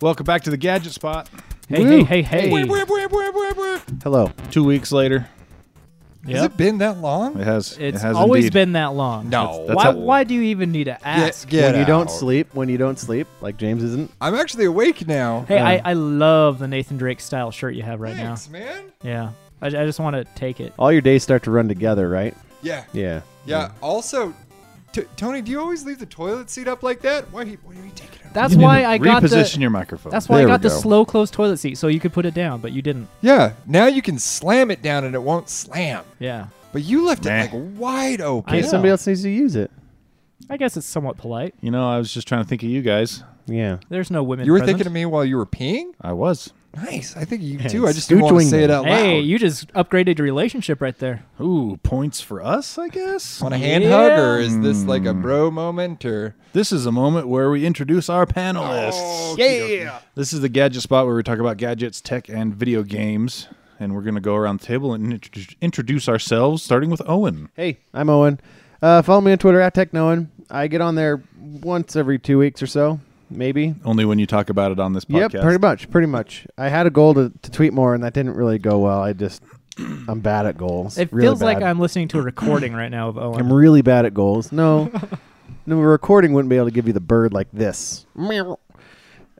Welcome back to the Gadget Spot. Hey, Woo. hey, hey, hey. Hello. Two weeks later, Has Yep. it been that long? it has. It's it has always indeed. been that long. That's- that's why, how- why do you even need to ask? Get when you don't out. sleep, when you don't sleep, like James isn't. I'm actually awake now. Hey, I, I love the Nathan Drake style shirt you have right Thanks, man. now. Yeah. I, I just want to take it. All your days start to run together, right? Yeah. Yeah. Yeah. Also, t- Tony, do you always leave the toilet seat up like that? Why are you, why are you taking it? That's You need why to I got reposition the your microphone. That's why There I we got the go. slow close toilet seat so you could put it down, but you didn't. Yeah. Now you can slam it down and it won't slam. Yeah. But you left Nah. it like wide open. I Hey, know. somebody else needs to use it. I guess it's somewhat polite. You know, I was just trying to think of you guys. Yeah. There's no women You were present. thinking of me while you were peeing. I was. Nice. I think you Yeah, too. I just didn't want to scoochwing say it me. out Hey, loud. you just upgraded your relationship right there. Ooh, points for us, I guess. Want a hand hug, or Yeah. is this like Mm. a bro moment, or This is a moment where we introduce our panelists. yeah? This is the gadget spot where we talk about gadgets, tech, and video games. And we're going to go around the table and introduce- introduce ourselves, starting with Owen. Hey, I'm Owen. Uh, follow me on Twitter at TechNowen. I get on there once every two weeks or so, maybe. Only when you talk about it on this podcast. Yep, pretty much, pretty much. I had a goal to, to tweet more, and that didn't really go well. I just, I'm bad at goals. It Really feels like bad. I'm listening to a recording right now of Owen. I'm really bad at goals. No, no, recording wouldn't be able to give you the bird like this. Meow.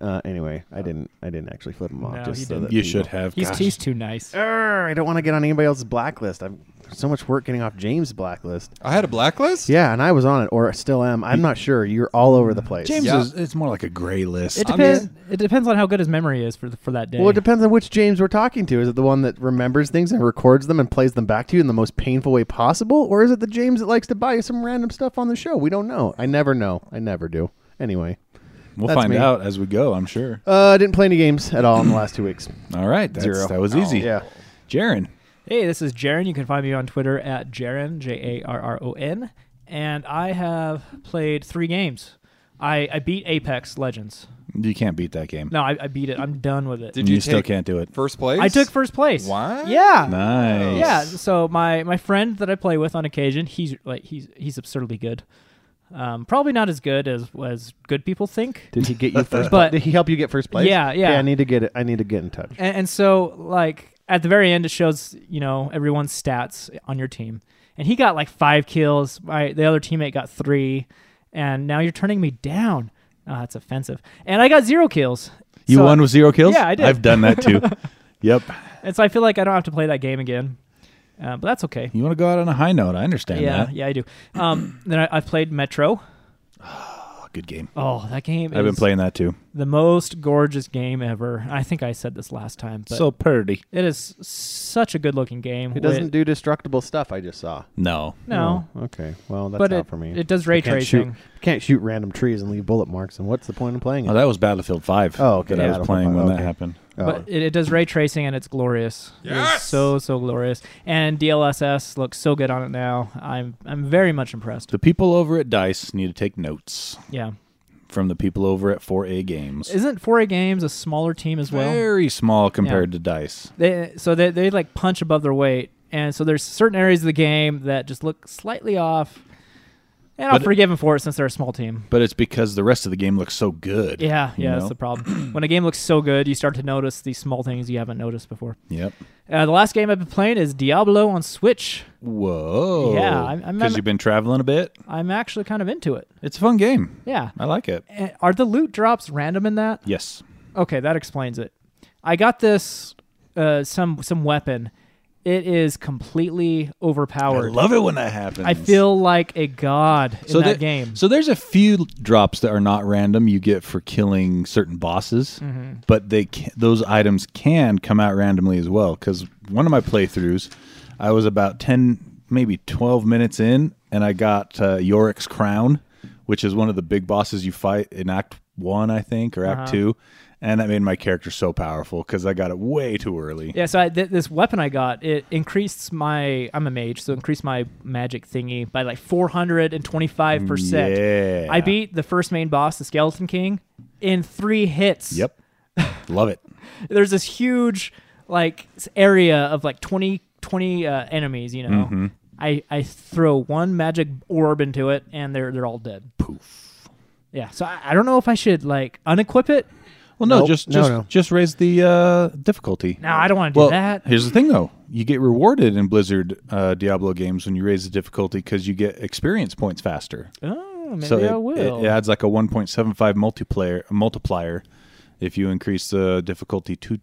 Uh, anyway, I didn't. I didn't actually flip him off. No, just he so didn't. that You people- should have. he's, Gosh. he's too nice. Arr, I don't want to get on anybody else's blacklist. I'm so much work getting off James' blacklist. I had a blacklist. Yeah, and I was on it, or still am. I'm not sure. You're all over the place. James Yeah. is it's more like a gray list. It I'm depends. just- It depends on how good his memory is for the, for that day. Well, it depends on which James we're talking to. Is it the one that remembers things and records them and plays them back to you in the most painful way possible, or is it the James that likes to buy you some random stuff on the show? We don't know. I never know. I never do. Anyway, we'll that's find me. out as we go, I'm sure. uh, I didn't play any games at all in the last two weeks. All right. That's, Zero. That was easy. Oh, Yeah. Jaron. Hey, this is Jaron. You can find me on Twitter at Jaron, J A R R O N. And I have played three games. I, I beat Apex Legends. You can't beat that game. No, I, I beat it. I'm done with it. Did you, you still take- can't do it. First place. I took first place. What? Yeah. Nice. Yeah. So my, my friend that I play with on occasion, he's like he's he's absurdly good. Um, probably not as good as as good people think. Did he get you first? But- But did he help you get first place? Yeah, yeah. Okay, I need to get it. I need to get in touch. And, and so, like at the very end, it shows you know everyone's stats on your team, and he got like five kills. My the other teammate got three, and now you're turning me down. Oh, that's offensive. And I got zero kills. You So- won with zero kills? Yeah, I did. I've done that too. yep. and so I feel like I don't have to play that game again, uh, but that's okay. You want to go out on a high note. I understand Yeah, that. yeah, I do. Um, then I, I've played Metro. Oh, good game. Oh, that game I've been is playing that too. the most gorgeous game ever. I think I said this last time, but so pretty. it is such a good-looking game. It doesn't with- do destructible stuff. I just saw. No. no, Oh, okay. Well, that's but out it, for me. it does ray can't tracing. Shoot, can't shoot random trees and leave bullet marks. And what's the point of playing it? Oh, that was Battlefield 5. Oh, okay. That I was Battlefield playing 5, when that okay. happened. Oh. But it, it does ray tracing and it's glorious. It is Yes! so so glorious. And DLSS looks so good on it now. I'm I'm very much impressed. The people over at DICE need to take notes Yeah. from the people over at 4A Games. Isn't 4A Games a smaller team as well? Very small compared to DICE. They so they they like punch above their weight. And so there's certain areas of the game that just look slightly off. And I'm But- forgiven for it since they're a small team. But it's because the rest of the game looks so good. Yeah, you yeah, that's know? the problem. When a game looks so good, you start to notice these small things you haven't noticed before. Yep. Uh, the last game I've been playing is Diablo on Switch. Whoa. Yeah, I'm- I'm- Because I'm- you've been traveling a bit. I'm actually kind of into it. It's a fun game. Yeah. I like it. And Eh, are the loot drops random in that? Yes. Okay, that explains it. I got this uh, some some weapon. It is completely overpowered. I, love it when that happens. feel like a god in that there- game. So there's a few drops that are not random you get for killing certain bosses, Mm-hmm. but they ca those items can come out randomly as well. Because one of my playthroughs, I was about ten, maybe twelve minutes in, and I got uh, Yorick's crown, which is one of the big bosses you fight in Act One, I think, or Act Uh-huh. Two, and that made my character so powerful because I got it way too early. yeah, so I, th- this weapon I got it increased my. I'm a mage, so it increased my magic thingy by like 425 percent. Mm, Yeah. I beat the first main boss, the Skeleton King, in three hits. Yep. Love it. there's this huge like s- area of like 20 20 uh, enemies you know Mm-hmm. i i throw one magic orb into it and they're they're all dead poof yeah so i, I don't know if i should like unequip it Well, no, Nope. just No, just no. just raise the uh, difficulty. No, I don't want to do Well, that. here's the thing though: you get rewarded in Blizzard uh, Diablo games when you raise the difficulty because you get experience points faster. Oh, maybe so it, I will. it adds like a 1.75 multiplier multiplier if you increase the difficulty to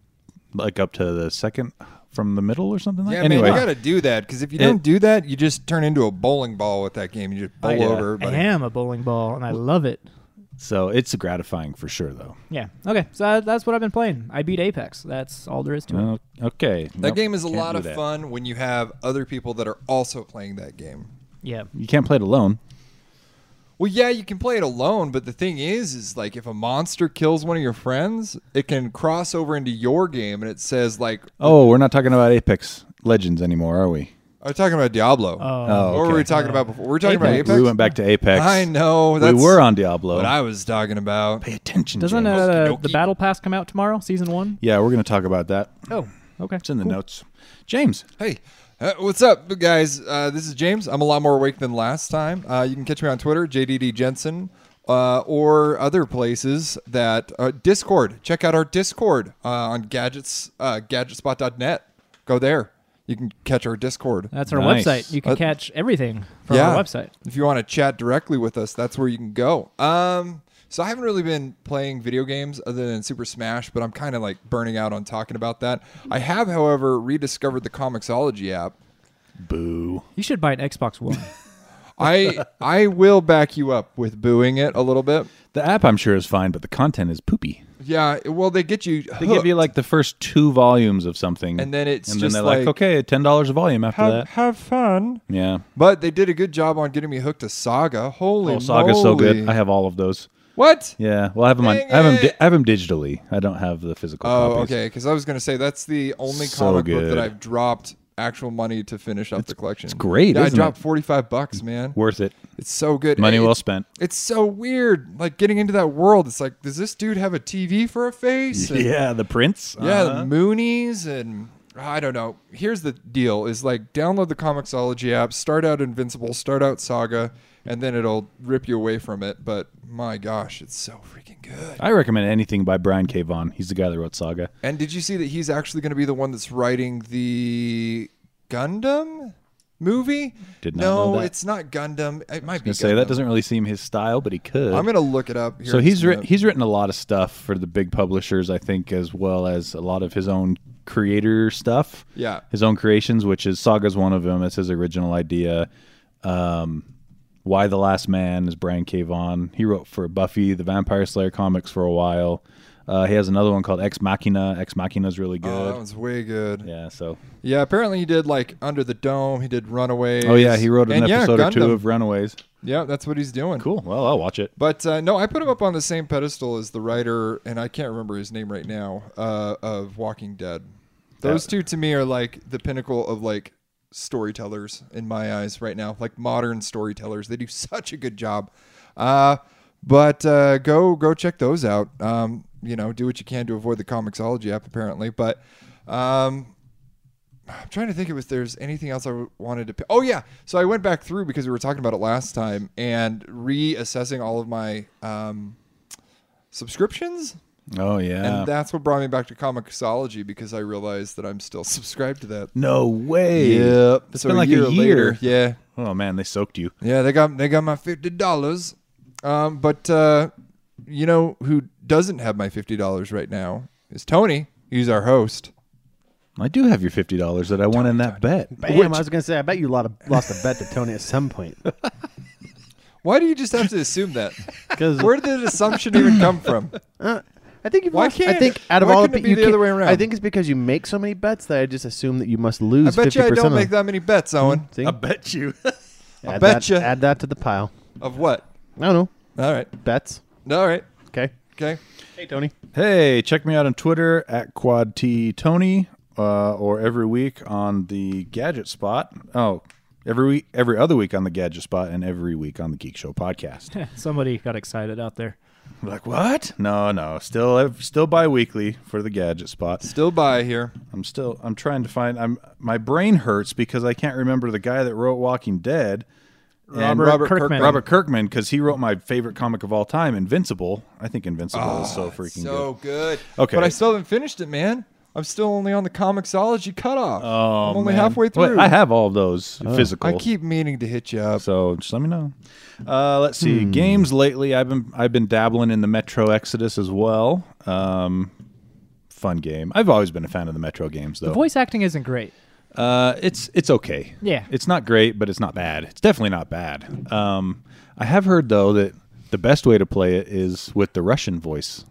like up to the second from the middle or something like. Yeah, anyway, man, you gotta do that because if you It- don't do that, you just turn into a bowling ball with that game. You just bowl yeah. over. everybody. I am a bowling ball, and I love it. so it's gratifying for sure though. Yeah. Okay. So that- that's what I've been playing. I beat Apex. That's all there is to it. Well, okay, That game is a lot of fun when you have other people that are also playing that game. Yeah. You can't play it alone. Well, yeah, you can play it alone, but the thing is, is like if a monster kills one of your friends, it can cross over into your game, and it says like, Oh, we're not talking about Apex Legends anymore, are we? "Are talking about Diablo?" Oh, What okay. were we talking about before? We were talking Yeah, about Apex. We went back to Apex. I know. We That's were on Diablo. what I was talking about. Pay attention. Doesn't James. uh, Okey-dokey. the Battle Pass come out tomorrow? Season one. Yeah, we're going to talk about that. Oh. Okay. It's in the notes. James, Hey, uh, what's up, guys? Uh, this is James. I'm a lot more awake than last time. Uh, you can catch me on Twitter, JDD Jensen, uh, or other places that uh, Discord. Check out our Discord uh, on gadgets uh, gadgetspot.net. Go there. You can catch our Discord. That's our Nice. website. You can Uh, catch everything from our website. If you want to chat directly with us, that's where you can go. Um, so I haven't really been playing video games other than Super Smash, but I'm kind of like burning out on talking about that. I have, however, rediscovered the Comixology app. boo. You should buy an Xbox One. I I will back you up with booing it a little bit. The app, I'm sure, is fine, but the content is poopy. Yeah, well, they get you. They give you like the first two volumes of something, And then it's and just then they're like, like- okay, ten dollars a volume after that. have fun. Yeah, But they did a good job on getting me hooked to Saga. Holy oh, Saga's so good. moly. I have all of those. what? Yeah, well, I have them. On, Dang I have them. it. Di- I have them digitally. I don't have the physical. Oh, copies. okay. Because I was gonna say that's the only So comic book good. that I've dropped actual money to finish up the collection. It's great, Yeah, isn't I dropped it? forty-five bucks, man. worth it. It's so good. Money It- well spent. It's so weird, like getting into that world. It's like, does this dude have a TV for a face? And- Yeah, the prints. Yeah, Uh-huh. the Moonies and I don't know. Here's the deal: is like download the Comixology app, start out Invincible, start out Saga, and then it'll rip you away from it. But my gosh, it's so freaking good. I recommend anything by Brian K. Vaughan. He's the guy that wrote Saga. And did you see that he's actually going to be the one that's writing the Gundam movie? Did not no, know that. it's not Gundam. It might be. I say Gundam. that doesn't really seem his style, but he could. I'm going to look it up. Here so in he's a writ minute. he's written a lot of stuff for the big publishers, I think, as well as a lot of his own creator stuff. Yeah. his own creations, which is Saga's one of them. It's his original idea. Um, Why the Last Man is Brian K. Vaughan. He wrote for Buffy the Vampire Slayer comics for a while. Uh, he has another one called Ex Machina. Ex Machina is really Oh, good. that one's way good. Yeah. yeah, so apparently he did like Under the Dome. He did Runaways. oh yeah, he wrote an And yeah, episode or two Gundam. of Runaways. Yeah, that's what he's doing. Cool. Well, I'll watch it. But uh, no, I put him up on the same pedestal as the writer, and I can't remember his name right now, uh, of Walking Dead. Those That- two to me are like the pinnacle of like storytellers in my eyes right now, like modern storytellers. They do such a good job. Uh, but uh, go go check those out. Um, you know, do what you can to avoid the Comixology app, apparently. But um, I'm trying to think if there's anything else I w- wanted to. Pick. Oh yeah, so I went back through because we were talking about it last time and reassessing all of my um, subscriptions, Oh yeah. and that's what brought me back to Comixology because I realized that I'm still subscribed to that. no way. It's so been like a year. later. Yeah, Oh man, they soaked you. yeah, they got they got my fifty dollars, um, but uh, you know who doesn't have my fifty dollars right now is Tony. He's our host. I do have your fifty dollars that I won in that bet. Bam, I was gonna say, I bet you lot of, lost a bet to Tony at some point. Why do you just have to assume that? Because Where did that assumption even come from? I think you've Why lost. I can't- think out of why all couldn't it the, be you the can't- other way around? I think it's because you make so many bets that I just assume that you must I lose. bet you I 50% don't of make them. that many bets, Owen. See? bet you. bet add that, ya. Add that to the pile. Of what? I don't know. All right. Bets. All right. Okay. Okay. Hey, Tony. hey, check me out on Twitter at Quad T Tony, uh, or every week on the Gadget Spot. Oh, every week, every other week on the Gadget Spot, and every week on the Geek Show podcast. Somebody got excited out there. like what? No, no, still, still bi-weekly for the Gadget Spot. Still by here. I'm still I'm trying to find I'm my brain hurts because I can't remember the guy that wrote Walking Dead and Robert Robert Kirkman. Kirkman. Robert Kirkman because he wrote my favorite comic of all time, Invincible. I think Invincible is so freaking Ah, so good. good. Okay. But I still haven't finished it, man. I'm still only on the Comixology cutoff. Oh, I'm only man. halfway Wait, through. I have all of those Oh. physical. I keep meaning to hit you up. So just let me know. Uh, let's see Hmm. games lately. I've been I've been dabbling in the Metro Exodus as well. Um, fun game. I've always been a fan of the Metro games The though. voice acting isn't great. uh, it's it's okay. Yeah. it's not great, but it's not bad. It's definitely not bad. Um, I have heard though that the best way to play it is with the Russian voice,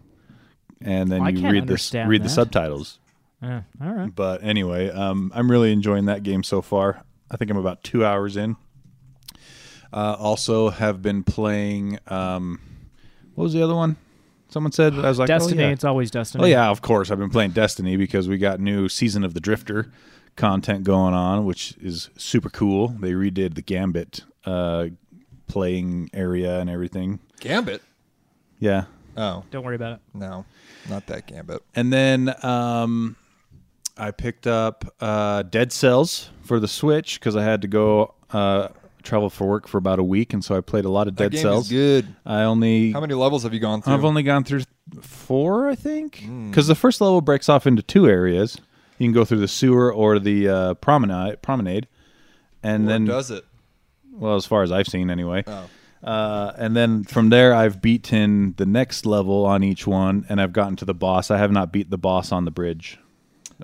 and then Oh, I you can't read the s- understand read the that. subtitles. Uh, all right. But anyway, um, I'm really enjoying that game so far. I think I'm about two hours in. Uh, also, have been playing. Um, what was the other one? Someone said I was like, Destiny. Oh yeah. It's always Destiny. oh yeah, of course. I've been playing Destiny because we got new season of the Drifter content going on, which is super cool. They redid the Gambit uh, playing area and everything. Gambit. Yeah, Oh Don't worry about it. no, not that Gambit. And then um, I picked up uh, Dead Cells for the Switch because I had to go uh, travel for work for about a week, and so I played a lot of That Dead game Cells. is good. I only How many levels have you gone through? Hmm. I've only gone through four, I think, because the first level breaks off into two areas. You can go through the sewer or the uh, promenade, promenade, and Or then does it? well, as far as I've seen anyway. Oh. Uh, and then from there, I've beaten the next level on each one, and I've gotten to the boss. I have not beat the boss on the bridge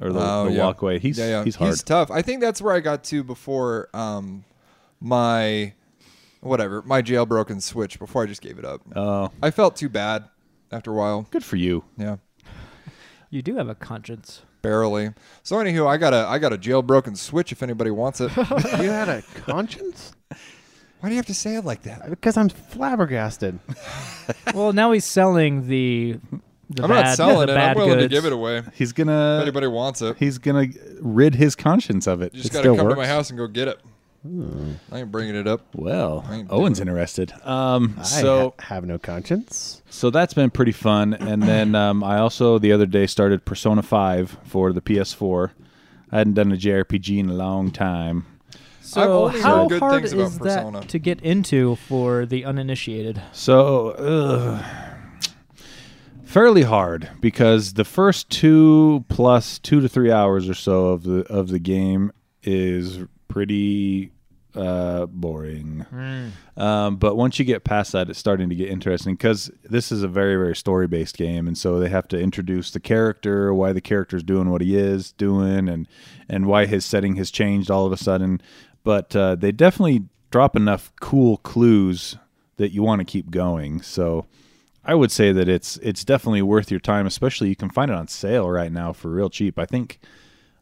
or the, Oh, the yeah. walkway. He's Yeah, yeah. he's hard. tough. I think that's where I got to before um, my whatever my jailbroken Switch. Before I just gave it up. Oh, I felt too bad after a while. good for you. Yeah, You do have a conscience. barely. So anywho, I got a I got a jailbroken Switch. If anybody wants it, why You had a conscience? do you have to say it like that? Because I'm flabbergasted. well, now he's selling the. the I'm bad, not selling the it. Bad I'm willing goods. Uh, to give it away. If He's gonna anybody wants it, he's gonna rid his conscience of it. you it just got to still come works. to my house and go get it. Hmm. I ain't bringing it up. I Well, ain't Owen's doing interested. Um, I so ha- have no conscience. so that's been pretty fun. And then um, I also the other day started Persona Five for the PS4. I hadn't done a JRPG in a long time. I've So only heard how good hard things about is Persona. that to get into for the uninitiated? So, ugh, fairly hard because the first two plus two to three hours or so of the of the game is pretty uh, boring. Um, but once you get past that, it's starting to get interesting because this is a very very story based game, and so they have to introduce the character, why the character's doing what he is doing, and and why his setting has changed all of a sudden. But uh, they definitely drop enough cool clues that you want to keep going. So I would say that it's it's definitely worth your time, especially you can find it on sale right now for real cheap. I think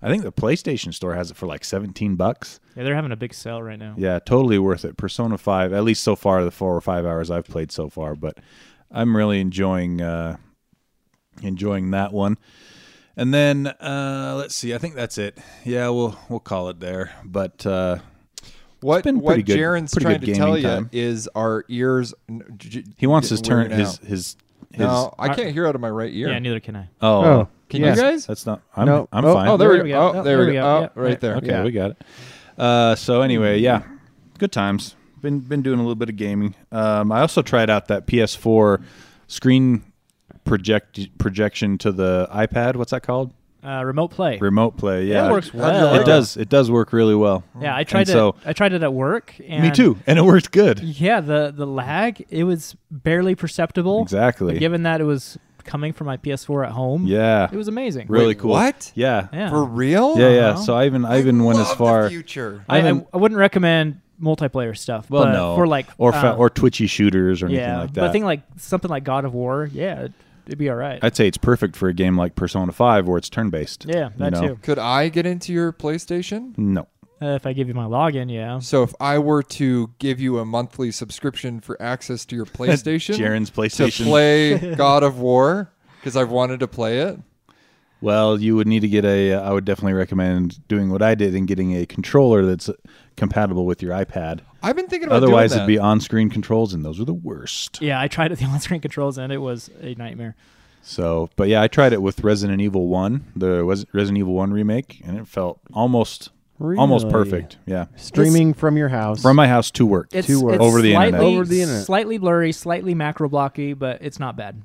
I think the PlayStation store has it for like 17 bucks. Yeah, they're having a big sale right now. Yeah, totally worth it. Persona 5, at least so far the 4 or 5 hours I've played so far, but I'm really enjoying uh enjoying that one. And then uh let's see. I think that's it. Yeah, we'll we'll call it there. But uh What been what pretty good- Jaren's pretty trying good to tell gaming you time. is our ears. n- j- j- he wants his getting weird turn his, out. his his No, I I- can't hear out of my right ear. Yeah, neither can I. Oh. Oh, Can yeah. you guys? That's not I'm No. I'm Oh, fine. Oh, there, There we we go. go. Oh, there we go. Oh, Yep. right there. Okay, Yeah. we got it. Uh, so anyway, yeah, good times. Been been doing a little bit of gaming. Um, I also tried out that PS4 screen project projection to the iPad. What's that called? Uh, remote play. Remote play. Yeah, works It- well. It does. It does work really well. yeah, I tried And it. so- I tried it at work. And Me too, and it worked good. Yeah, the the lag it was barely perceptible. Exactly. But given that it was coming from my PS4 at home, Yeah, it was amazing. really Wait, cool. what? Yeah, Yeah. For real? yeah, yeah. Uh-huh. So I even I even went as Love far. The future. I, I, haven't- I wouldn't recommend multiplayer stuff. Well, but no, for like or fa- um, or twitchy shooters or anything yeah, like that. but I think like something like God of War, yeah, it'd, it'd be all right. I'd say it's perfect for a game like Persona Five where it's turn based. yeah, that too. Could I get into your PlayStation? No. Uh, if I give you my login, yeah. So if I were to give you a monthly subscription for access to your PlayStation, Jaren's to PlayStation. play God of War because I've wanted to play it. Well, you would need to get a. uh, I would definitely recommend doing what I did and getting a controller that's uh, compatible with your iPad. I've been thinking about Otherwise, doing it'd that. be on-screen controls, and those are the worst. Yeah, I tried it with the on-screen controls and it was a nightmare. So, but yeah, I tried it with Resident Evil One, the Res- Resident Evil One remake, and it felt almost almost Really? perfect. Yeah, Streaming from your house. from my house to work. It's, Two words. it's Over the slightly, internet. Over the internet. Slightly blurry, slightly macro blocky, but it's not bad.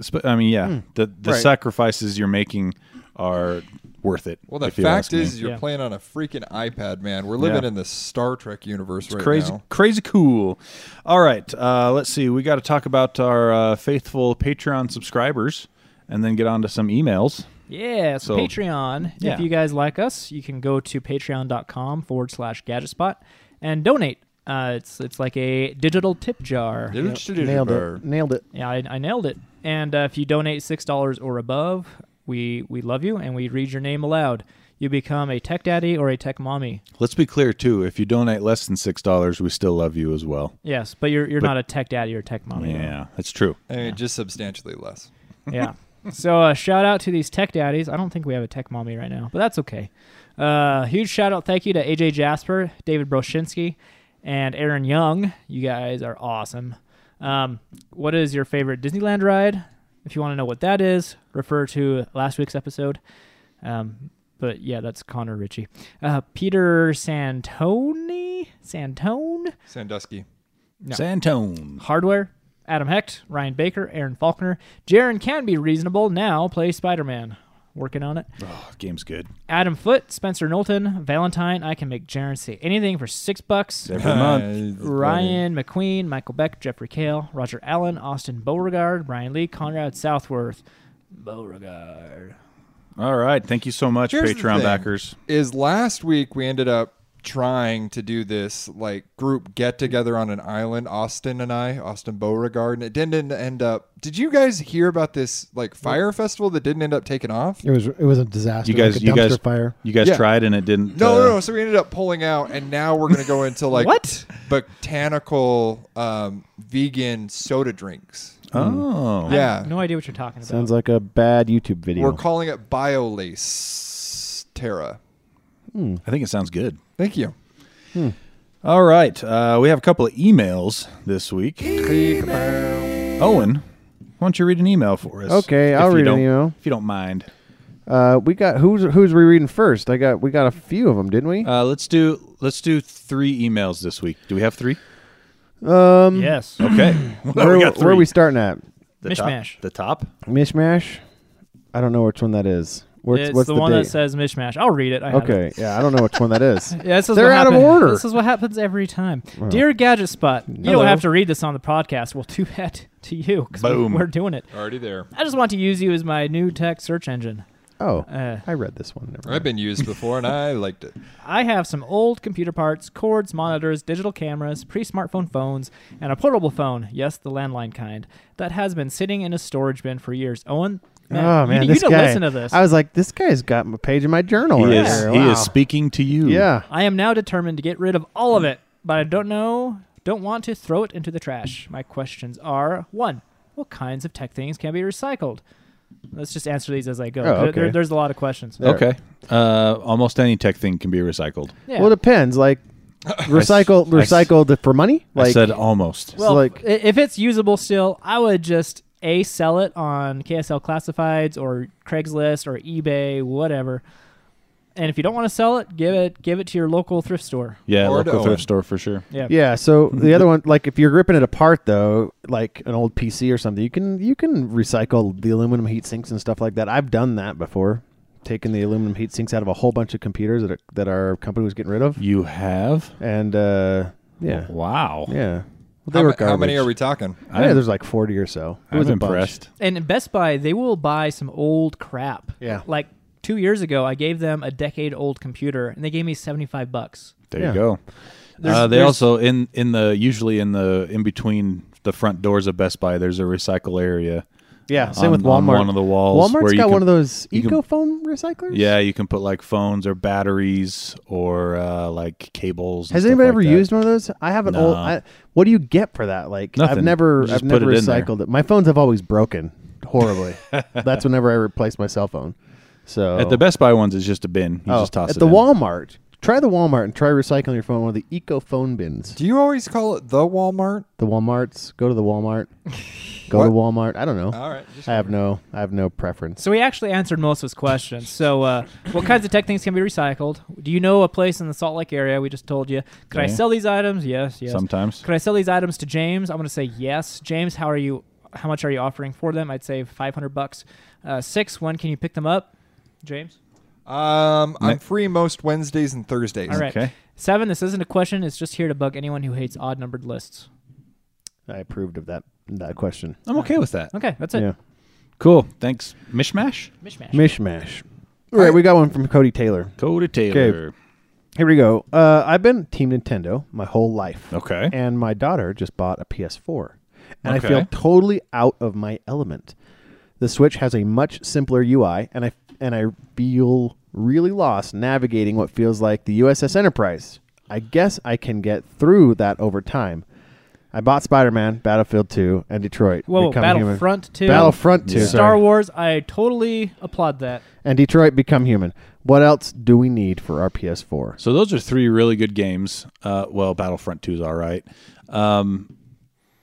Sp- I mean, yeah, the the Right. sacrifices you're making are worth it. Well, the if you ask fact me. is, you're Yeah. playing on a freaking iPad, man. We're living Yeah. in the Star Trek universe right crazy, now. crazy cool. All right, uh, let's see. We got to talk about our uh, faithful Patreon subscribers, and then get on to some emails. Yeah, so, So- Patreon. Yeah. If you guys like us, you can go to patreon.com forward slash gadgetspot and donate. Uh, it's it's like a digital tip jar. Nailed it. Nailed it. Yeah, I, I nailed it. And uh, if you donate six dollars or above, we we love you and we read your name aloud. You become a tech daddy or a tech mommy. Let's be clear too. If you donate less than six dollars, we still love you as well. Yes, but you're you're not a tech daddy or a tech mommy. though. Yeah, that's true. I mean, just substantially less. yeah. So uh, shout out to these tech daddies. I don't think we have a tech mommy right now, but that's okay. Uh, huge shout out, thank you to AJ Jasper, David Broshinsky, and Aaron Young. You guys are awesome. Um, what is your favorite Disneyland ride? If you want to know what that is, refer to last week's episode. Um, but yeah, that's Connor Ritchie, uh, Peter Santoni, Santone, Sandusky. No. Santone. Hardware, Adam Hecht, Ryan Baker, Aaron Faulkner. Jaren can be reasonable now, play Spider Man. Working on it. Oh, game's good. Adam Foote, Spencer Knowlton, Valentine. I can make Jaren say anything for six bucks. Every month. Ryan McQueen, Michael Beck, Jeffrey Kale, Roger Allen, Austin Beauregard, Brian Lee, Conrad Southworth. Beauregard. All right. Thank you so much, Uh, Here's the Patreon thing, backers. Is last week we ended up trying to do this like group get together on an island, Austin and I, Austin Beauregard, and it didn't end up. Did you guys hear about this like fire festival that didn't end up taking off? It was it was a disaster. You guys, like a you guys, dumpster fire. you guys Yeah. tried and it didn't. No, uh, no, no. So we ended up pulling out, and now we're gonna go into like What? botanical um, vegan soda drinks. Oh, I Yeah. have no idea what you're talking about. Sounds like a bad YouTube video. We're calling it BioLace Terra. I think it sounds good. Thank you. All right. Uh, we have a couple of emails this week. Owen, why don't you read an email for us? Okay, I'll you read an don't- email. If you don't mind. uh, we got who's who's we reading first? I got we got a few of them, didn't we? Uh, let's do let's do three emails this week. Do we have three? um, yes. Okay. Well, where, we got where are three. we starting at? the top, Mishmash. The top. Mishmash. I don't know which one that is. Where, it's what's the, one date? that says mishmash. I'll read it. I have it. Okay, yeah, I don't know which one that is. Yeah, this is They're what out of happened- order. This is what happens every time. Dear Gadget Spot, you Hello. don't have to read this on the podcast. Well, too bad to you because Boom. we're doing it. Already there. I just want to use you as my new tech search engine. Oh, Uh, I read this one. Never I've been used before, and I liked it. I have some old computer parts, cords, monitors, digital cameras, pre smartphone phones, and a portable phone yes, the landline kind that has been sitting in a storage bin for years. Owen, man, mind. oh you man, need- you, this need guy. to listen to this. I was like, this guy's got my page in my journal. He right is here. he Oh, Wow. is speaking to you. Yeah. I am now determined to get rid of all of it, but I don't know, don't want to throw it into the trash. My questions are one, what kinds of tech things can be recycled? Let's just answer these as I go. Oh, 'cause there- okay. there's a lot of questions. There. Okay. Uh, almost any tech thing can be recyclled. Yeah. Well, it depends. Like, recycle, I s- recycle the- for money. Like, I said almost. Well, like- i- if it's usable still, I would just a sell it on KSL classifieds or Craigslist or eBay, whatever. And if you don't want to sell it, give it give it to your local thrift store. yeah, Or to local Owen. thrift store for sure. Yeah. yeah. So Mm-hmm. the other one, like, if you're ripping it apart though, like an old PC or something, you can you can recycle the aluminum heat sinks and stuff like that. I've done that before, taking the aluminum heat sinks out of a whole bunch of computers that are, that our company was getting rid of, You have? and uh, yeah, Wow. yeah. Well, they How, were ma- how many garbage. are we talking? Yeah, there's like 40 or so. It I'm was a bunch. impressed. And at Best Buy, they will buy some old crap. Yeah. Like two years ago, I gave them a decade old computer and they gave me 75 bucks. There Yeah. you go. There's- uh, they there's- also in in the usually in the in between the front doors of Best Buy. There's a recycle area. Yeah, on- same with on Walmart. one of the walls Walmart's where you got can- one of those you can- eco phone recyclers. Yeah, you can put like phones or batteries or uh, like cables. and Has stuff anybody like ever that. used one of those? I have an No. old. I, what do you get for that? Like I've Nothing. never, You just I've never put it in there. recycled it. My phones have always broken horribly. That's whenever I replace my cell phone. So At the Best Buy ones, it's just a bin. You oh, just toss at it the in. Walmart. Try the Walmart and try recycling your phone in one of the eco phone bins. Do you always call it the Walmart? the Walmarts. Go to the Walmart. Go to Walmart. I don't know. All right. I have no. I have no preference. So we actually answered most of his questions. So, uh, what kinds of tech things can be recycled? Do you know a place in the Salt Lake area? We just told you. Could I Yeah. sell these items? Yes, yes. Sometimes. Could I sell these items to James? I'm going to say yes. James, how are you? How much are you offering for them? I'd say 500 bucks. Uh, six. When can you pick them up, James? Um, I'm Nick? free most Wednesdays and Thursdays. All right. Okay. Seven. This isn't a question. It's just here to bug anyone who hates odd numbered lists. I approved of that. That question. Uh-huh. I'm okay with that. Okay, that's it. Yeah. Cool. Thanks. Mishmash. Mishmash. Mishmash. All right, we got one from Cody Taylor. Cody Taylor. Here we go. Uh, I've been Team Nintendo my whole life. Okay. And my daughter just bought a PS4. And I Okay. feel totally out of my element. The Switch has a much simpler UI, and I and I feel really lost navigating what feels like the USS Enterprise. I guess I can get through that over time. I bought Spider-Man, Battlefield 2, and Detroit. Whoa, Become Human. Battlefront 2. Battlefront 2. Star sorry. Wars. I totally applaud that. And Detroit Become Human. What else do we need for our PS4? So those are three really good games. Uh, well, Battlefront Two is all right. Um,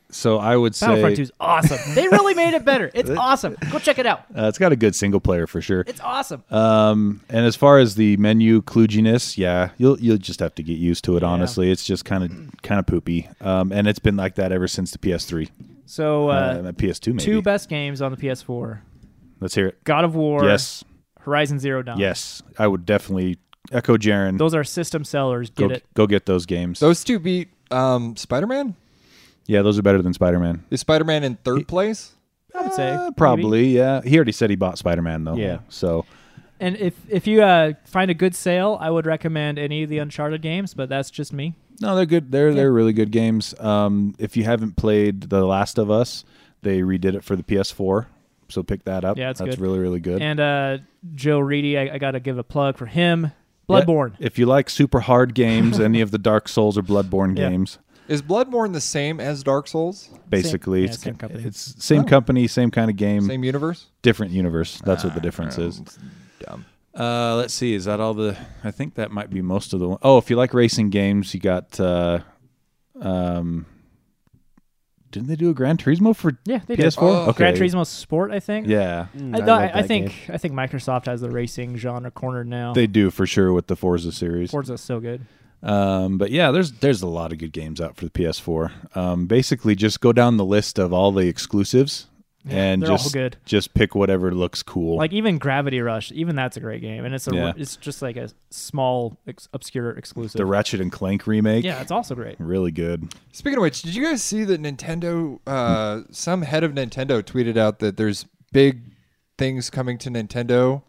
so I would say Battlefront 2 is awesome. they really made it better. It's awesome. Go check it out. uh, it's got a good single player for sure. It's awesome. Um, and as far as the menu kludginess, yeah, you'll you'll just have to get used to it. Honestly, it's just kind of kind of poopy. Um, and it's been like that ever since the PS3, So, uh, uh, PS2 maybe. two best games on the PS4 Let's hear it. God of War, Yes, Horizon Zero Dawn. yes, I would definitely echo Jaren. Those are system sellers. go Get it. go get those games. Those two beat um, Spider Man. yeah, those are better than Spider Man. Is Spider Man in third place? I would say. maybe. probably. Yeah, he already said he bought Spider Man though. Yeah. so. And if, if you uh, find a good sale, I would recommend any of the Uncharted games, but that's just me. No, they're good. They're they're really good games. Um, if you haven't played The Last of Us, they redid it for the PS4, so pick that up. Yeah, it's that's good. really really good. And uh, Joe Reedy, I, I got to give a plug for him. Yeah, Bloodborne. if you like super hard games, any of the Dark Souls or Bloodborne Yeah. games, Is Bloodborne the same as Dark Souls? basically, yeah, it's same company. it's same company, Oh. same kind of game, Same universe? different universe. That's what the difference is. Dumb. Uh, let's see. Is that all the? I think that might be most of the. One. Oh, if you like racing games, you got. Uh, um, didn't they do a Gran Turismo for Mm. Yeah, they did. PS4? Oh. Gran Turismo Sport, I think. Yeah, I, thought- I, think I think Microsoft has the racing genre cornered now. they do for sure with the Forza series. Forza's so good. Um, but yeah, there's there's a lot of good games out for the PS4. Um, basically, just go down the list of all the exclusives and they're all just good. just pick whatever looks cool. Like even Gravity Rush, even that's a great game, and it's a Yeah. it's just like a small ex- obscure exclusive. the Ratchet and Clank remake, yeah, it's also great. really good. Speaking of which, did you guys see that Nintendo, uh, some head of Nintendo tweeted out that there's big things coming to Nintendo?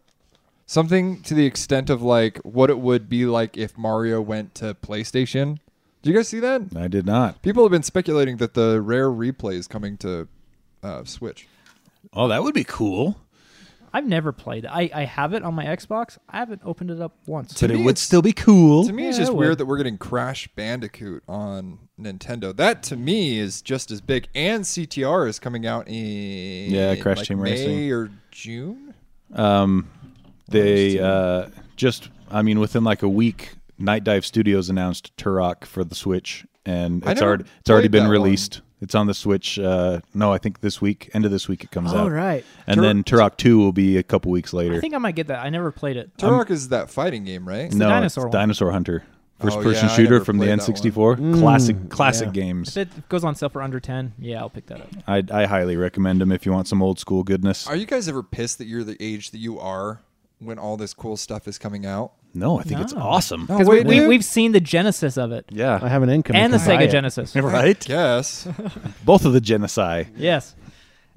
Something to the extent of like what it would be like if Mario went to PlayStation. Did you guys see that? I did not. People have been speculating that the rare replay is coming to uh, Switch. Oh, that would be cool. I've never played. it. I I have it on my Xbox. I haven't opened it up once. But me, it would it's- still be cool. To me, it's Yeah, just it weird would. that we're getting Crash Bandicoot on Nintendo. That to me is just as big. And CTR is coming out in Yeah, Crash like Team May Racing. or June. Um, they uh, just, I mean, within like a week, Night Dive Studios announced Turok for the Switch, and I it's never already it's already played that been one. released. It's on the Switch. Uh, no, I think this week, end of this week, it comes All out. right. and Tur- then Turok Two will be a couple weeks I later. think I might get that. I never played it. Turok is that fighting game, right? the no, dinosaur one. it's Dinosaur Hunter, first Oh, person yeah, I shooter never from the played that Mm, N64. classic, classic yeah. If games. it goes on sale for under ten, yeah, I'll pick that up. I, I highly recommend them if you want some old school goodness. Are you guys ever pissed that you're the age that you are when all this cool stuff is coming out? No, I think it's No. awesome. No, Because wait, we, dude. we have seen the genesis of it I Yeah, have an income. and the can buy Sega it. Genesis. right. Yes. Both of the Genocide. yes.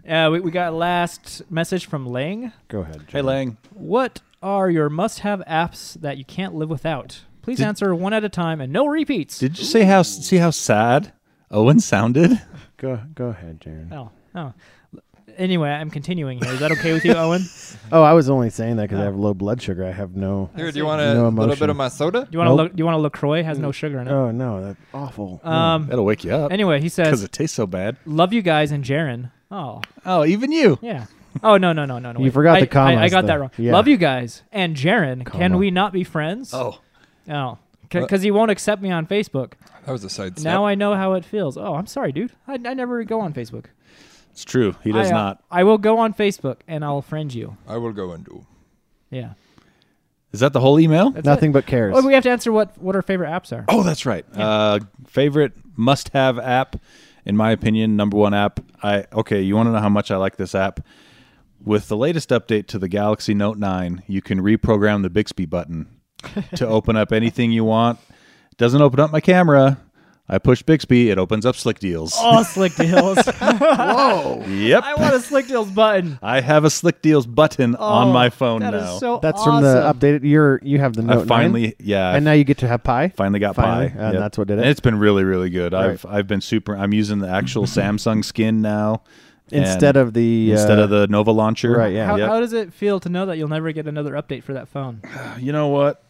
Uh, we, we got last message from Lang. Go ahead. Hey Lang, What are your must-have apps that you can't live without? Please Did- answer one at a time and no repeats. did you say how see how sad Owen sounded? Go go ahead, Jaron. oh, oh. Anyway, I'm continuing here. Is that okay with you, Owen? Do Oh, I was only saying that because I have low blood sugar. I have no. Here, do you want a No little emotion. bit of my soda? you want to Nope. look? Do you want to LaCroix? Has no sugar in it. Oh no, that's awful. Um. That'll wake you up Anyway, he because says, it tastes so bad. "Love you guys and Jaren." Oh, Oh, even you. yeah. Oh no no no no no. You wait. forgot I, the commas, I, I got though. that wrong. Yeah. Love you guys and Jaren. Comma. Can we not be friends? Oh, Oh. because he won't accept me on Facebook. That was a side step. Now I know how it feels. Oh, I'm sorry, dude. I, I never go on Facebook. It's true. He does I, uh, not. I will go on Facebook and I'll friend you. I will go and do. Yeah. Is that the whole email? That's Nothing it. but cares. Oh, we have to answer what what our favorite apps are. Oh, that's right. Uh, favorite must-have app, in my opinion, number one app. I okay. You want to know how much I like this app? With the latest update to the Galaxy Note 9, you can reprogram the Bixby button to open up anything you want. Doesn't open up my camera. I push Bixby, it opens up Slick Deals. Oh, Slick Deals. Whoa. Yep. I want a Slick Deals button. I have a Slick Deals button on Oh, my phone that is now. so That's awesome. from the updated. You're you have the note I finally, nine, yeah, I and now you get to have pie. finally got Finally, pie, and Yep. that's what did And it. it's been really, really good. Right. I've I've been super. I'm using the actual Samsung skin now and instead of the instead uh, of the Nova launcher. right, yeah. How, Yep. how does it feel to know that you'll never get another update for that phone? You know what?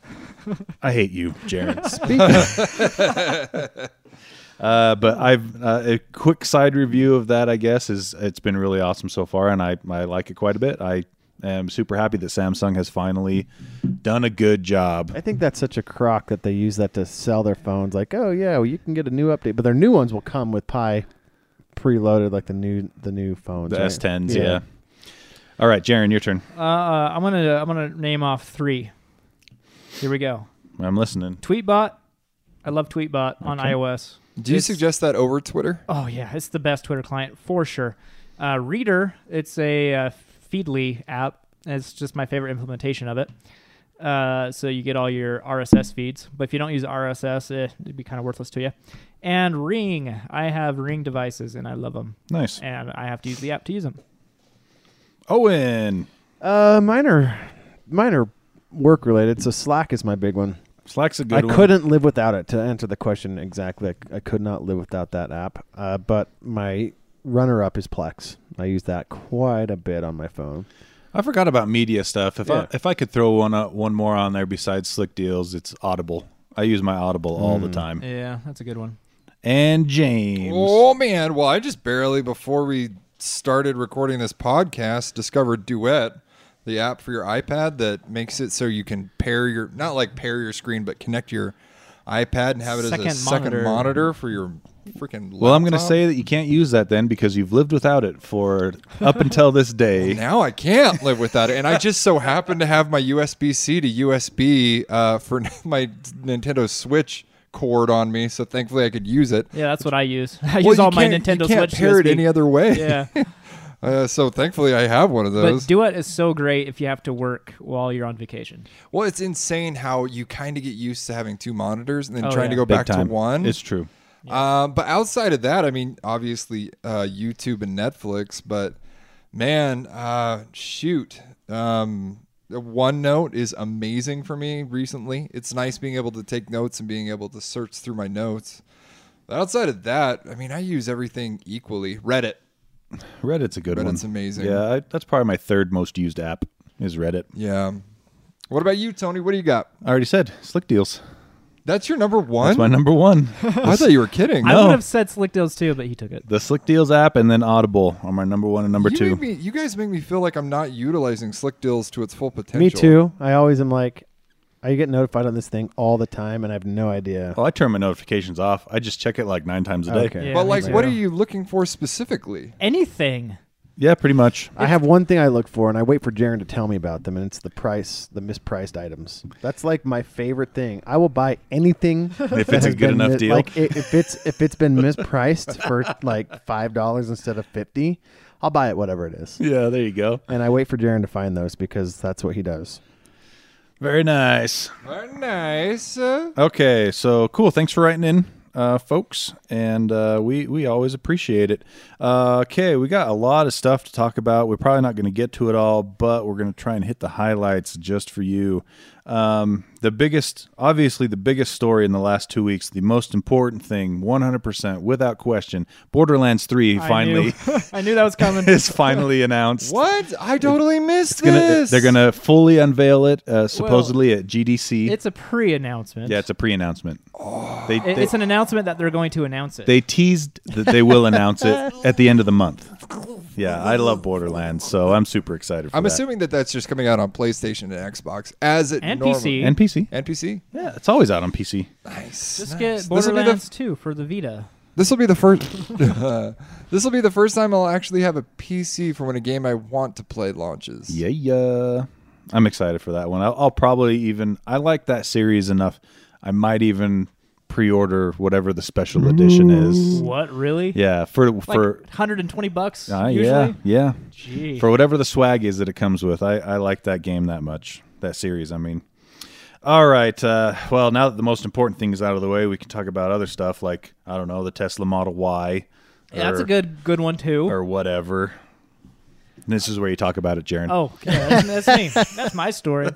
I hate you, Jared. Uh, but I've uh, a quick side review of that. I guess is it's been really awesome so far, and I I like it quite a bit. I am super happy that Samsung has finally done a good job. I think that's such a crock that they use that to sell their phones. Like, oh yeah, well, you can get a new update, but their new ones will come with Pi preloaded, like the new the new phones. The right? S10s, yeah. All right, Jaron, your turn. Uh, uh, I'm gonna I'm gonna name off three. Here we go. I'm listening. Tweetbot. I love Tweetbot on iOS. Do you It's- suggest that over Twitter? Oh yeah, it's the best Twitter client for sure. Uh, Reader, it's a uh, Feedly app. It's just my favorite implementation of it. Uh, so you get all your RSS feeds, but if you don't use RSS, eh, it'd be kind of worthless to you. And Ring, I have Ring devices and I love them, Nice. and I have to use the app to use them. Owen. Uh, mine are mine are work related. So Slack is my big one. Slack's a good I one. couldn't live without it. To answer the question exactly, I, c- I could not live without that app. Uh, but my runner up is Plex. I use that quite a bit on my phone. I forgot about media stuff. If Yeah. I if I could throw one uh, one more on there besides Slick Deals, it's Audible. I use my Audible all the time. Yeah, that's a good one. And James. Oh man, well I just barely before we started recording this podcast discovered Duet, the app for your iPad that makes it so you can pair your not like pair your screen but connect your iPad and have it Second as a second monitor. monitor, for your freaking Well, I'm going to laptop. say that you can't use that then because you've lived without it for up until this day. now I can't live without it, and I just so happen to have my USB C to USB uh, for my Nintendo Switch cord on me, so thankfully I could use it. Yeah, that's what I use. I Well, use you all my can't- Nintendo you can't Switch. pair it USB. any other way. Yeah, Uh, so thankfully I have one of but those. Duet is so great if you have to work while you're on vacation. Well, it's insane how you kind of get used to having two monitors and then Oh, trying yeah. to go Big back time. to one. It's true. Um, but outside of that, I mean, obviously uh, YouTube and Netflix. But man, uh, shoot, um, OneNote is amazing for me recently. It's nice being able to take notes and being able to search through my notes. But outside of that, I mean, I use everything equally. Reddit. Reddit's a good one. Reddit's amazing. Yeah, I, that's probably my third most used app is Reddit. Yeah. What about you, Tony? What do you got? I already said Slick Deals. That's your number one. That's my number one. I thought you were kidding. I No. would have said Slick Deals too, but he took it. the Slick Deals app and then Audible are my number one and number you two. Make me, you guys make me feel like I'm not utilizing Slick Deals to its full potential. Me too. I always am like, I get notified on this thing all the time, and I have no idea. Oh, I turn my notifications off. I just check it like nine times a day. Okay. Yeah, but me like, too. what are you looking for specifically? anything. Yeah, pretty much. I have one thing I look for, and I wait for Jaron to tell me about them, and it's the price, the mispriced items. That's like my favorite thing. I will buy anything If that it's a has good been enough mi- deal. Like i- if it's if it's been mispriced for like five dollars instead of fifty, I'll buy it whatever it is. Yeah, there you go. And I wait for Jaron to find those because that's what he does. Very nice. Very nice. Uh, Okay, so cool. Thanks for writing in, uh, folks, and uh, we we always appreciate it. Uh, okay, we got a lot of stuff to talk about. We're probably not going to get to it all, but we're going to try and hit the highlights just for you. Um, the biggest, obviously, the biggest story in the last two weeks, the most important thing, one hundred percent, without question, Borderlands Three finally I knew, I knew that was coming. is finally announced. what? I totally missed It's gonna- this. they're gonna fully unveil it uh, supposedly at GDC. It's a pre-announcement. yeah, it's a pre-announcement. they, It- they, it's an announcement that they're going to announce it. they teased that they will announce it at the end of the month. Yeah, I love Borderlands, so I'm super excited for I'm that. assuming that that's just coming out on PlayStation and Xbox as it And normally- PC. and PC. and PC. Yeah, it's always out on PC. Nice. Just nice. get This'll be the- Borderlands 2 for the Vita. This will be the first. this will be the first time I'll actually have a PC for when a game I want to play launches. Yeah, yeah. I'm excited for that one. I'll, I'll probably even I like that series enough. I might even pre-order whatever the special edition is. What, really? Yeah, for Like for 120 bucks uh, usually? yeah, yeah. Gee. For whatever the swag is that it comes with. I I like that game that much. That series, I mean. All right. Uh, well, now that the most important thing is out of the way, we can talk about other stuff like I don't know the Tesla Model Y. yeah, that's or- a good good one too. or whatever. This is where you talk about it, Jaron. Oh, okay. that's, that's me. That's my story.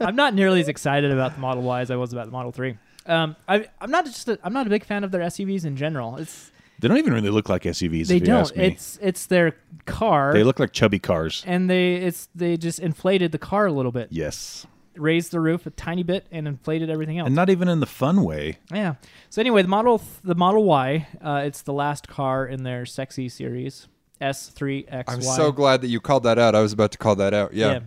I'm not nearly as excited about the Model Y as I was about the Model Three. Um, I, I'm not just. A, I'm not a big fan of their SUVs in general. It's They don't even really look like SUVs. they if you don't. Ask me. It's it's their car. They look like chubby cars. and they it's they just inflated the car a little bit, Yes. raised the roof a tiny bit, and inflated everything else. And not even in the fun way. yeah. So anyway, the model the Model Y, uh, it's the last car in their sexy series S three X Y. I'm so glad that you called that out. I was about to call that out. Yeah. Yeah.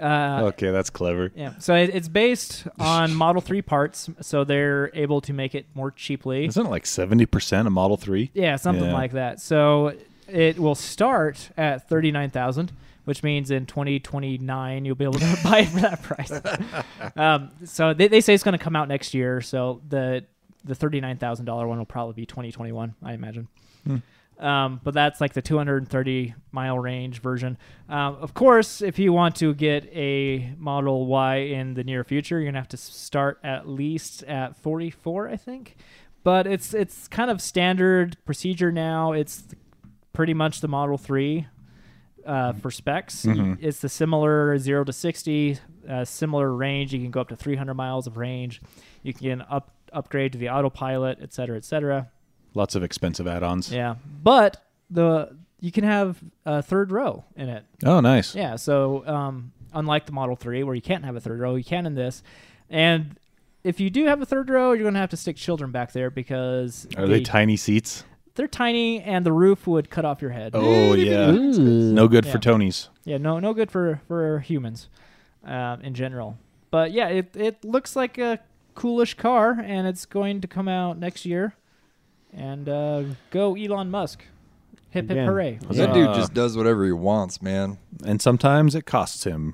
Uh, okay, that's clever. Yeah, so it, it's based on Model 3 parts, so they're able to make it more cheaply. Isn't it like 70% of Model 3? Yeah, something Yeah. like that. So it will start at 39000 which means in 2029 you'll be able to buy it for that price. um, so they, they say it's going to come out next year, so the the $39,000 one will probably be 2021, I imagine. Um, but that's like the 230 mile range version. Um, of course, if you want to get a Model Y in the near future, you're gonna have to s- start at least at 44, I think. But it's it's kind of standard procedure now. It's pretty much the Model 3 uh, for specs. It's the similar zero to 60, uh, similar range. You can go up to 300 miles of range. You can up upgrade to the autopilot, et cetera, et cetera. Lots of expensive add ons. Yeah, but the you can have a third row in it. Oh, nice. Yeah, so um, unlike the Model Three, where you can't have a third row, you can in this. And if you do have a third row, you're gonna have to stick children back there because Are they the- tiny seats? they're tiny and the roof would cut off your head. Oh, yeah. No good for Yeah. Tony's. Yeah, no, no good for for humans um, in general. But yeah, it it looks like a coolish car, and it's going to come out next year. And uh, go Elon Musk! Hip hip Again. hooray! Was That Yeah. dude just does whatever he wants, man. And sometimes it costs him.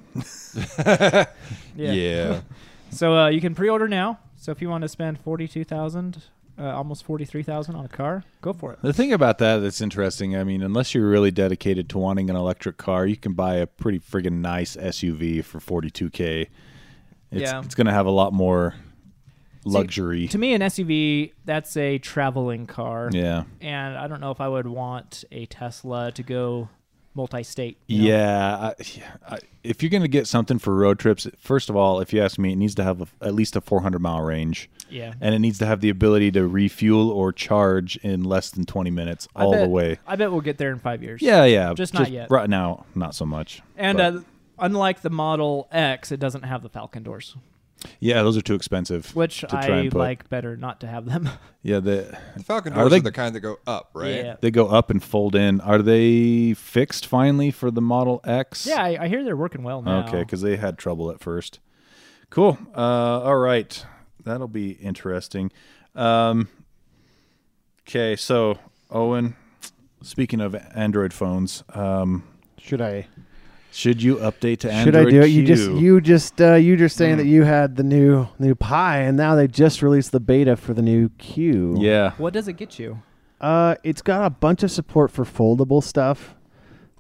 Yeah. So uh, you can pre-order now. So if you want to spend forty-two thousand, uh, almost forty-three thousand on a car, go for it. The thing about that that's interesting, I mean, unless you're really dedicated to wanting an electric car, you can buy a pretty friggin' nice SUV for 42K. It's, Yeah. it's going to have a lot more luxury. To me, an SUV that's a traveling car, yeah. and I don't know if I would want a Tesla to go multi-state. you know? Yeah, I, yeah, I, if you're going to get something for road trips, first of all, if you ask me, it needs to have a, at least a 400 mile range, yeah. and it needs to have the ability to refuel or charge in less than 20 minutes all I bet, the way. I bet we'll get there in five years. Yeah, yeah, Just not yet. Right now, not so much. And but- uh, unlike the Model X, it doesn't have the Falcon doors, yeah, those are too expensive. uh, which to try I and put. like better not to have them. Yeah, the The Falcon Are doors are, they- the kind that go up, right? Yeah. they go up and fold in. Are they fixed finally for the Model X? yeah, I, I hear they're working well now. Okay, because they had trouble at first. Cool. Uh, all right, that'll be interesting. Um, okay, so Owen, speaking of Android phones, um, Should I? should you update to Should Android? I do it? You Q? Hmm. just you just uh, you just saying that you had the new new Pi, and now they just released the beta for the new Q. yeah, What does it get you? Uh, it's got a bunch of support for foldable stuff,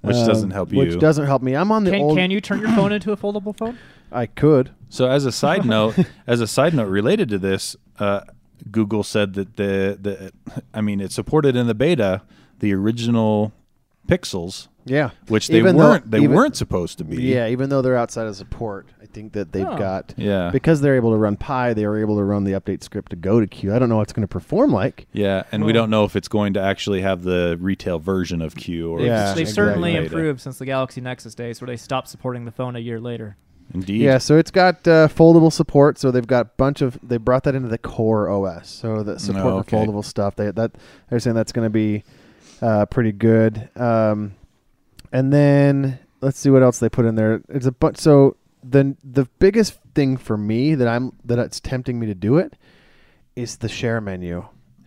which um, doesn't help you. Which doesn't help me. I'm on the Can, old. can you turn your phone into a foldable phone? I could. So, as a side note, as a side note related to this, uh, Google said that the the I mean, it supported in the beta the original pixels, Yeah. which they Even though- weren't they even- weren't supposed to be. Yeah, even though they're outside of support, I think that they've Oh. got Yeah. because they're able to run Pi, they were able to run the update script to go to Q. I don't know what it's going to perform like. Yeah, and we Well- don't know if it's going to actually have the retail version of Q or They've, if Yeah, it's they've just certainly beta. improved since the Galaxy Nexus days, where they stopped supporting the phone a year later. Indeed. Yeah, so it's got uh, foldable support. So they've got a bunch of they brought that into the core OS. So the support Oh, for okay. foldable stuff. They that they're saying that's going to be uh, pretty good. Um, And then let's see what else they put in there. It's a but so the the biggest thing for me that I'm that it's tempting me to do it is the share menu.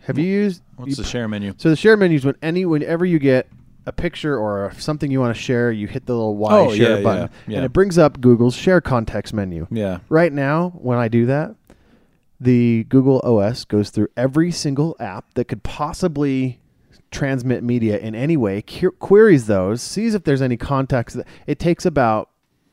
Have you used What's you the share menu? So the share menu is when any whenever you get a picture or something you want to share, you hit the little Y Oh, share yeah, button, yeah, yeah. and it brings up Google's share context menu. Yeah. Right now, when I do that, the Google OS goes through every single app that could possibly transmit media in any way, que- queries those, sees if there's any contacts. That, it takes about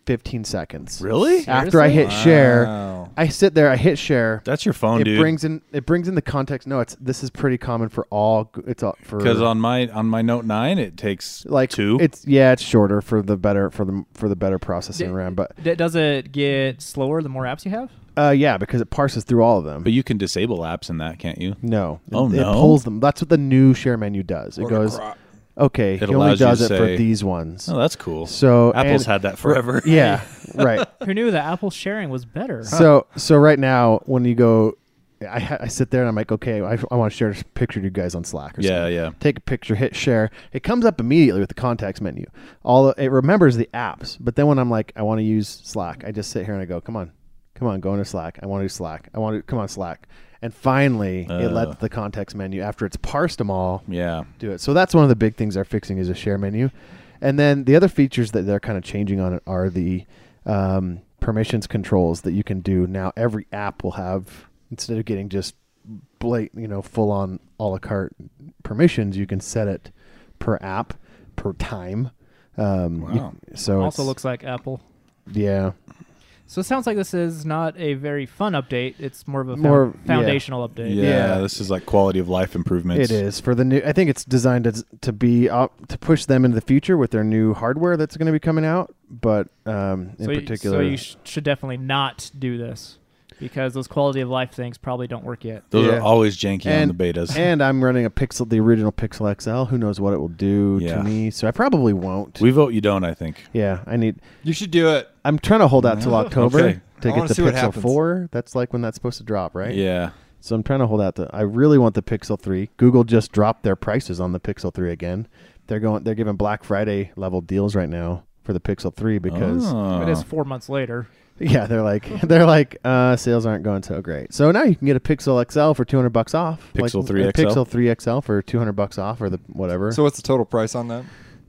15 seconds. Really? After I hit Seriously? share, Wow. I sit there, I hit share. That's your phone, it dude. brings in it brings in the context. No, it's this is pretty common for all. It's all for because on my on my Note nine, it takes like two. It's yeah, it's shorter for the better for the for the better processing D- RAM. But D- does it get slower the more apps you have? uh, yeah, because it parses through all of them. but you can disable apps in that, can't you? No. It- Oh, it, no? pulls them. That's what the new share menu does. It What a goes, crop. okay, It he only allows you to does it for say- these ones. Oh, that's cool. So Apple's and- had that forever. Yeah, right. Who knew that Apple sharing was better? So so right now when you go, I ha- I sit there and I'm like, okay, I, I want to share this picture to you guys on Slack. Or Yeah, something. yeah. Take a picture, hit share. It comes up immediately with the contacts menu. All it remembers the apps, but then when I'm like, I want to use Slack, I just sit here and I go, come on, come on, go into Slack. I want to do Slack. I want to come on Slack. And finally, it Uh. lets the context menu after it's parsed them all. Yeah. do it. So that's one of the big things they're fixing is a share menu, and then the other features that they're kind of changing on it are the um, permissions controls that you can do now. Every app will have instead of getting just blate, you know, full on a la carte permissions, you can set it per app per time. Um, you- Wow. so also it's- looks like Apple. yeah So it sounds like this is not a very fun update. It's more of a More- found- foundational update. yeah, Yeah. This is like quality of life improvements. it is for the new. I think it's designed to to be up, to push them into the future with their new hardware that's going to be coming out. But um, in so you- particular, so you sh- should definitely not do this because those quality of life things probably don't work yet. Those Yeah. are always janky and, on the betas. and I'm running a Pixel, the original Pixel XL. Who knows what it will do to Yeah. me? So I probably won't. we vote you don't. I think. yeah, I need. You should do it. I'm trying to hold out till October Okay. to I get wanna the see what Pixel happens. 4. That's like when that's supposed to drop, right? Yeah. So I'm trying to hold out. To, I really want the Pixel 3. Google just dropped their prices on the Pixel 3 again. They're going. They're giving Black Friday level deals right now for the Pixel 3 because Oh. It is four months later. yeah, they're like they're like uh, sales aren't going so great. So now you can get a Pixel XL for 200 bucks off. Like, Pixel 3 a XL? Pixel 3 XL for 200 bucks off or the whatever. So what's the total price on that?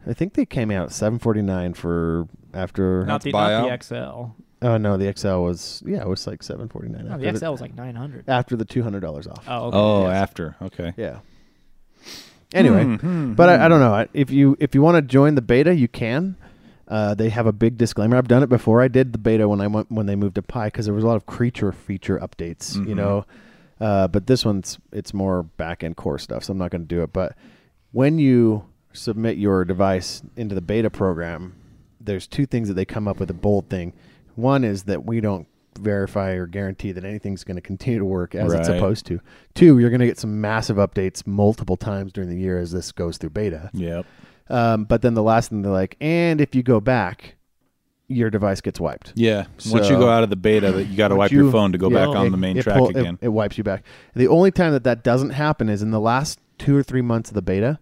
I think they came out seven forty nine for after. Not the, buyout? not the XL. oh no, the XL was yeah, it was like seven forty nine. No, Oh, the XL was like 900. after the two hundred dollars off. Oh, okay. Oh, Yes. after. Okay. Yeah. Anyway, Hmm, hmm, but hmm. I, I don't know. I- If you if you want to join the beta, you can. Uh, they have a big disclaimer. I've done it before. I did the beta when I went when they moved to Pi because there was a lot of creature feature updates, you Mhm. know. Uh, but this one's it's more back end core stuff, so I'm not going to do it. But when you submit your device into the beta program, there's two things that they come up with a bold thing. One is that we don't verify or guarantee that anything's going to continue to work as it's Right. supposed to. Two, you're going to get some massive updates multiple times during the year as this goes through beta. Yep. Um, but then the last thing they're like, and if you go back, your device gets wiped. Yeah. Once you So- go out of the beta, that you got to Once wipe you- your phone to go yeah, back on the main it track pull- it- again. It, wipes you back. The only time that that doesn't happen is in the last two or three months of the beta,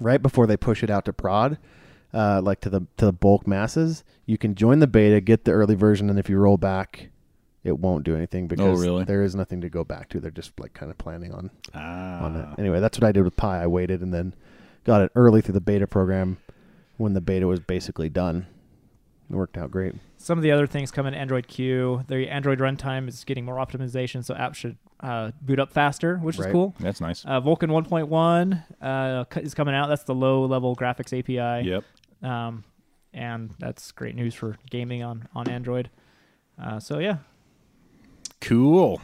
right before they push it out to prod, uh, like to the to the bulk masses. You can join the beta, get the early version, and if you roll back, it won't do anything because Oh, really? there is nothing to go back to. They're just like kind of planning on on ah. it. Anyway, that's what I did with Pi. I waited and then got it early through the beta program when the beta was basically done. It worked out great. Some of the other things come in Android Q. The Android runtime is getting more optimization, so apps should uh, boot up faster, which Right. is cool. That's nice. Uh, Vulkan 1.1 uh, c- is coming out. That's the low level graphics API. Yep. Um, and that's great news for gaming on, on Android. Uh, so, yeah. Cool.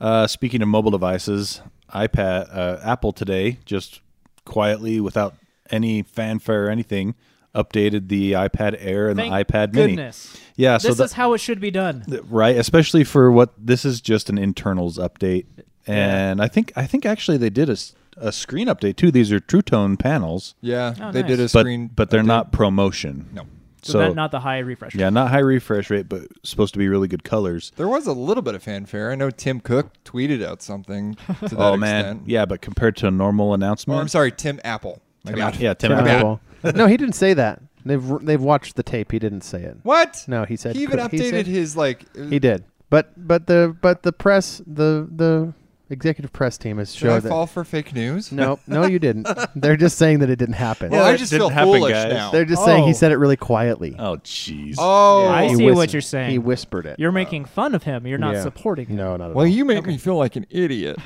Uh, speaking of mobile devices, iPad, uh, Apple today just quietly, without any fanfare or anything, updated the iPad Air and Thank the iPad Mini. Goodness. Yeah. So this the- is how it should be done. th- right, especially for what this is just an internals update, and I think I think actually they did a, s- a screen update too. These are True Tone panels, Yeah, Oh, they did a nice. but screen, but they're update. not promotion. No, So, that, not the high refresh. rate. Yeah, not high refresh rate, but supposed to be really good colors. there was a little bit of fanfare. I know Tim Cook tweeted out something. To that Oh man, extent. yeah, but compared to a normal Or announcement, I'm sorry, Tim Apple. My bad. yeah, Tim, Tim Apple. Apple. no, he didn't say that. They've they've watched the tape. He didn't say it. What? No, he said he even could- updated said- his like. He did, but but the but the press the the executive press team has Should I showed that. fall for fake news? No, no, you didn't. They're just saying that it didn't happen. Well, Yeah, I that just didn't feel happen, foolish guys. now. They're just saying Oh. he said it really quietly. Oh, jeez. oh, I He see what whispered- you're saying. He whispered it. You're making fun of him. You're not Yeah. supporting him. No, not at well, all. you make me feel like an idiot.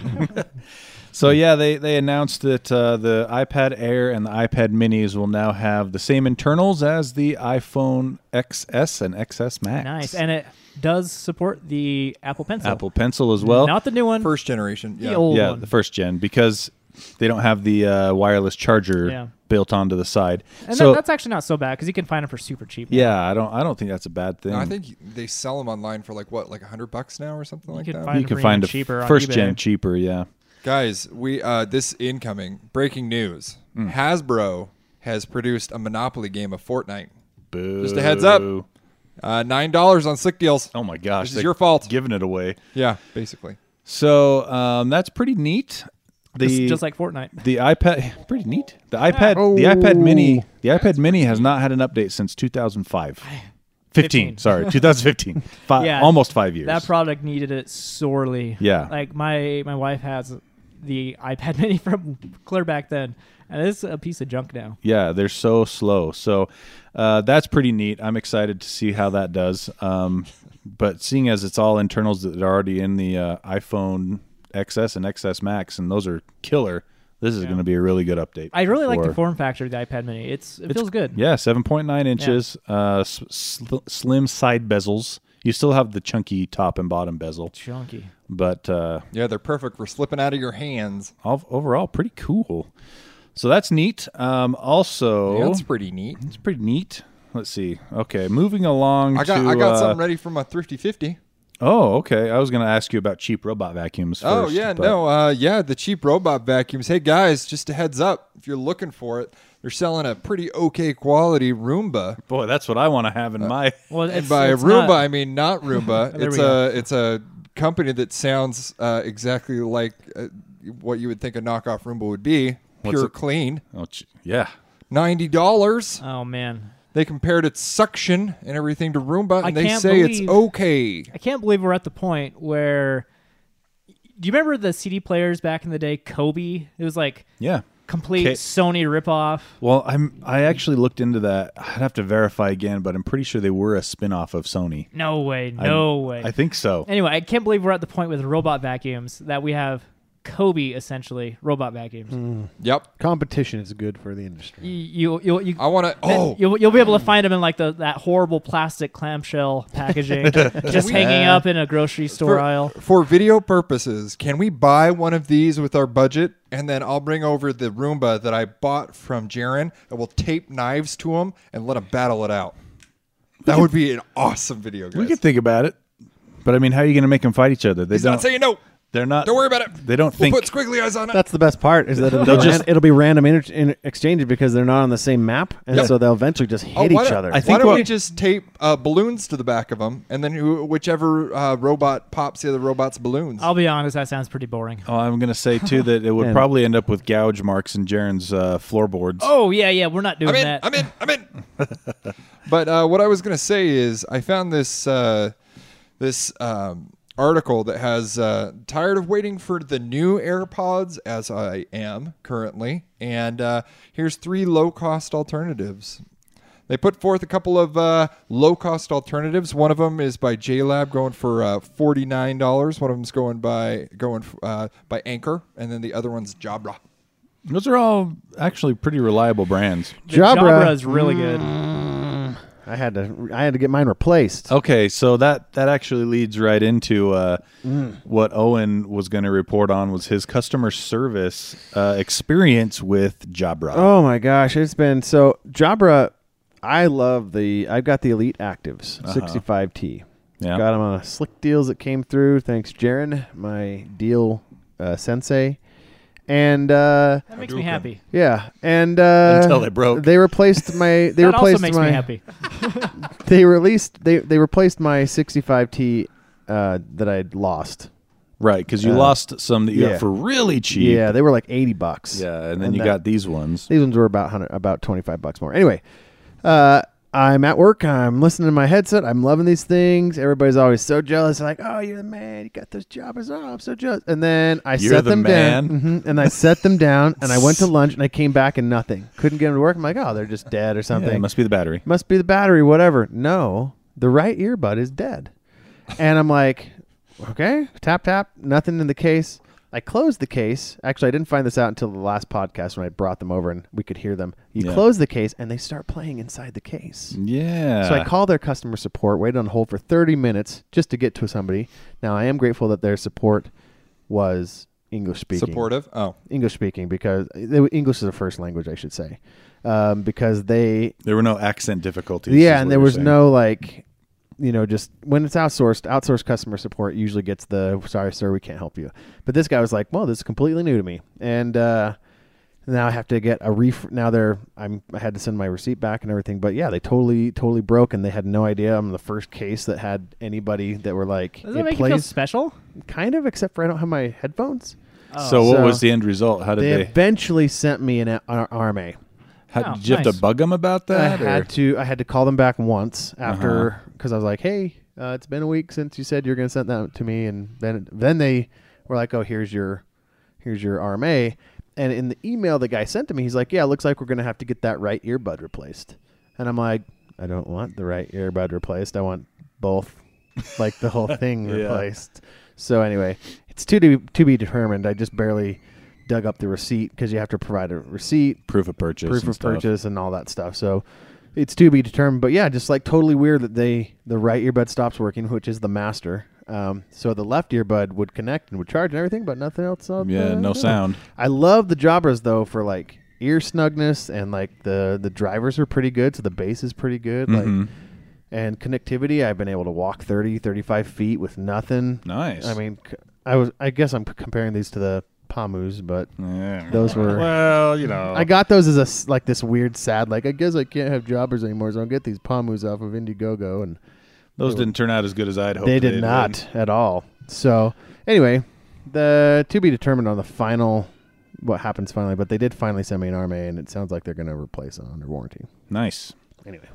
So yeah, they they announced that uh, the iPad Air and the iPad Minis will now have the same internals as the iPhone XS and XS Max. Nice. And it does support the Apple Pencil. Apple Pencil as well. Not the new one. First generation. the Yeah. old yeah, one. the first gen because they don't have the uh, wireless charger Yeah. built onto the side. and so that, that's actually not so bad because you can find them for super cheap. now. yeah, I don't I don't think that's a bad thing. No, I think they sell them online for like what, like a hundred bucks now or something like could that. find- you can them for find a even cheaper on first eBay. gen cheaper. Yeah. Guys, we uh, this incoming breaking news: Hmm. Hasbro has produced a Monopoly game of Fortnite. Boo. Just a heads up. Uh, Nine dollars on slick deals. Oh my gosh, This is they're your fault. Giving it away. Yeah, basically. So um, that's pretty neat. The, It's just like Fortnite. The iPad, pretty neat. The iPad, the iPad Mini, the iPad Mini has not had an update since 2005. 15, sorry, 2015. Five, Yeah. almost five years. That product needed it sorely. Yeah. Like my my wife has the iPad Mini from clear back then, and it's a piece of junk now. yeah, they're so slow. So uh, that's pretty neat. I'm excited to see how that does. Um, but seeing as it's all internals that are already in the uh, iPhone XS and XS Max, and those are killer, this is going to be a really good update. I really like for- the form factor of the iPad Mini. It's it feels good. Yeah, seven point nine inches. Uh, s- sl- slim side bezels. You still have the chunky top and bottom bezel, Chunky. but uh, Yeah, they're perfect for slipping out of your hands. ov- overall, pretty cool. So that's neat. Um, also, Yeah, that's pretty neat. it's pretty neat. Let's see. Okay, moving along. I got to, I got uh, something ready for my thrifty fifty. Oh, okay. I was going to ask you about cheap robot vacuums. Oh first, yeah, but- no, uh, yeah, the cheap robot vacuums. Hey guys, just a heads up, if you're looking for it, they're selling a pretty okay quality Roomba. Boy, that's what I want to have in Uh, my. Well, and it's, by it's Roomba, not- I mean not Roomba. There it's we go. a it's a company that sounds uh, exactly like uh, what you would think a knockoff Roomba would be. What's Pure it- clean, Oh, ch- yeah. ninety dollars. oh man, They compared its suction and everything to Roomba, and I they can't say it's believe- okay. I can't believe we're at the point where. Do you remember the CD players back in the day? Kobe. It was like Yeah. complete Ca- Sony ripoff. Well, I'm. I actually looked into that. I'd have to verify again, but I'm pretty sure they were a spin-off of Sony. No way. No way. I think so. Anyway, I can't believe we're at the point with robot vacuums that we have Kobe essentially robot vacuums. Yep. Competition is good for the industry. You you you. I want to. Oh, You'll, you'll be able to find them in like the that horrible plastic clamshell packaging, just hanging up in a grocery store for, aisle. for video purposes, can we buy one of these with our budget, and then I'll bring over the Roomba that I bought from Jaren, and we'll tape knives to them and let them battle it out. That would be an awesome video, guys. We can think about it, but I mean, how are you going to make them fight each other? They He's don't. not saying no. they're not. Don't worry about it. They don't We'll think. put squiggly eyes on it. That's the best part is that it'll, They'll be, just- ran- it'll be random inter- in exchanges because they're not on the same map, and Yep. so they'll eventually just Oh, hate why each don't- other. I why think don't what- we just tape uh, balloons to the back of them, and then who, whichever uh, robot pops the other robot's balloons? I'll be honest, that sounds pretty boring. oh, I'm going to say too that it would Man. probably end up with gouge marks in Jaren's uh, floorboards. Oh yeah, yeah, we're not doing I'm in. that. I'm in. I'm in. but uh, what I was gonna say is, I found this uh, this um, article that has uh, tired of waiting for the new AirPods as I am currently, and uh, here's three low cost alternatives. They put forth a couple of uh, low cost alternatives. One of them is by JLab, going for uh, forty nine dollars. One of them's going by going uh, by Anchor, and then the other one's Jabra. Those are all actually pretty reliable brands. The Jabra. Mm, Jabra. is really good. I had to I had to get mine replaced. Okay, so that that actually leads right into uh, Mm. what Owen was going to report on was his customer service uh, experience with Jabra. Oh my gosh, it's been so Jabra. I love the. I've got the Elite Actives 65T. Uh-huh. Yeah. Got them on slick deals that came through. Thanks, Jaron, my deal uh, sensei, and uh, That makes me happy. yeah, and uh, Until they broke. They replaced my. They that replaced also makes my. me happy. They released. They they replaced my 65T uh, that I'd lost. right? Because you Uh, lost some that you yeah. got for really cheap. Yeah, they were like eighty bucks. Yeah, and then And you that- got these ones. These ones were about 100, about 25 bucks more. Anyway, uh, I'm at work. I'm listening to my headset. I'm loving these things. Everybody's always so jealous. Like, oh, you're the man. You got those jobbers. Oh, I'm so jealous. And then I You're set the them man. down. Mhm. and I set them down. And I went to lunch and I came back and nothing. Couldn't get them to work. I'm like, oh, they're just dead Yeah, or it something. must be the battery. must be the battery, whatever. No, the right earbud is dead. And I'm like, okay, tap, tap, nothing in the case. I closed the case. Actually, I didn't find this out until the last podcast when I brought them over and we could hear them. You Yeah. close the case and they start playing inside the case. Yeah. So I call their customer support, waited on hold for 30 minutes just to get to somebody. Now, I am grateful that their support was English speaking. Supportive. Oh, English speaking because they, English is their first language, I should say. Um, because they there were no accent difficulties. is yeah, what and there you're was saying. no like, you know, just when it's outsourced, outsourced customer support usually gets the "Sorry, sir, we can't help you." But this guy was like, "Well, this is completely new to me," and uh, now I have to get a ref. Now they're I'm I had to send my receipt back and everything. But yeah, they totally totally broke, and they had no idea. I'm the first case that had anybody that were like Does that it make you feel plays special? kind of, except for I don't have my headphones. Oh. So what So- was the end result? How did They, they? eventually sent me an ar- RMA. how, Oh, did you have nice. to bug them about I that? or- Uh-huh. had to I had to call them back once after because I was like, hey, uh, it's been a week since you said you're going to send that to me, and then then they were like, oh, here's your here's your RMA, and in the email the guy sent to me, he's like, yeah, looks like we're going to have to get that right earbud replaced, and I'm like, I don't want the right earbud replaced. I want both, like the whole thing Yeah. replaced. So anyway, it's to be, to be determined. I just barely dug up the receipt because you have to provide a receipt proof of purchase. proof and of stuff. purchase and all that stuff. So it's to be determined. But yeah, just like totally weird that they the right earbud stops working, which is the master. Um, so the left earbud would connect and would charge and everything, but nothing else. on Yeah, the- no sound. I love the jobbers though for like ear snugness and like the the drivers are pretty good, so the bass is pretty good. Like Mhm. and connectivity, I've been able to walk 30, 35 feet with nothing. Nice. I mean, c- I was I guess I'm c- comparing these to the Pamus, but Yeah. those were well, you know. I got those as a s- like this weird sad like I guess I can't have jobbers anymore, so I'll get these Pamus off of Indiegogo, and Those didn't turn out as good as I'd hoped. they did not at all. So anyway, the to be determined on the final what happens finally, but they did finally send me an army, and it sounds like they're going to replace it under warranty. Nice. Anyway,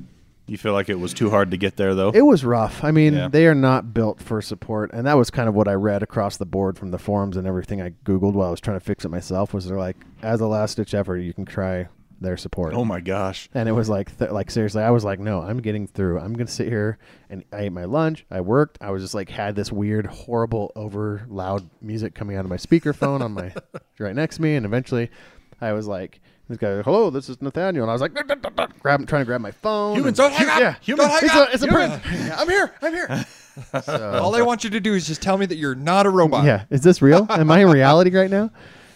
You feel like it was too hard to get there though. it was rough. I mean, Yeah. they are not built for support, and that was kind of what I read across the board from the forums and everything I googled while I was trying to fix it myself. Was they're like, as a last ditch effort, you can try their support. oh my gosh. And it was like, th- like seriously, I was like, no, I'm getting through. I'm gonna sit here and I ate my lunch. I worked. I was just like, had this weird, horrible, over loud music coming out of my speakerphone on my right next to me. And eventually, I was like, this guy, hello, this is Nathaniel, and I was like, grab, trying to grab my phone. Humans, and- don't hang up! Yeah, Humans, It's hang a- up! It's a Humans! person. I'm here. I'm here. So- All I want you to do is just tell me that you're not a robot. yeah, is this real? Am I in reality right now?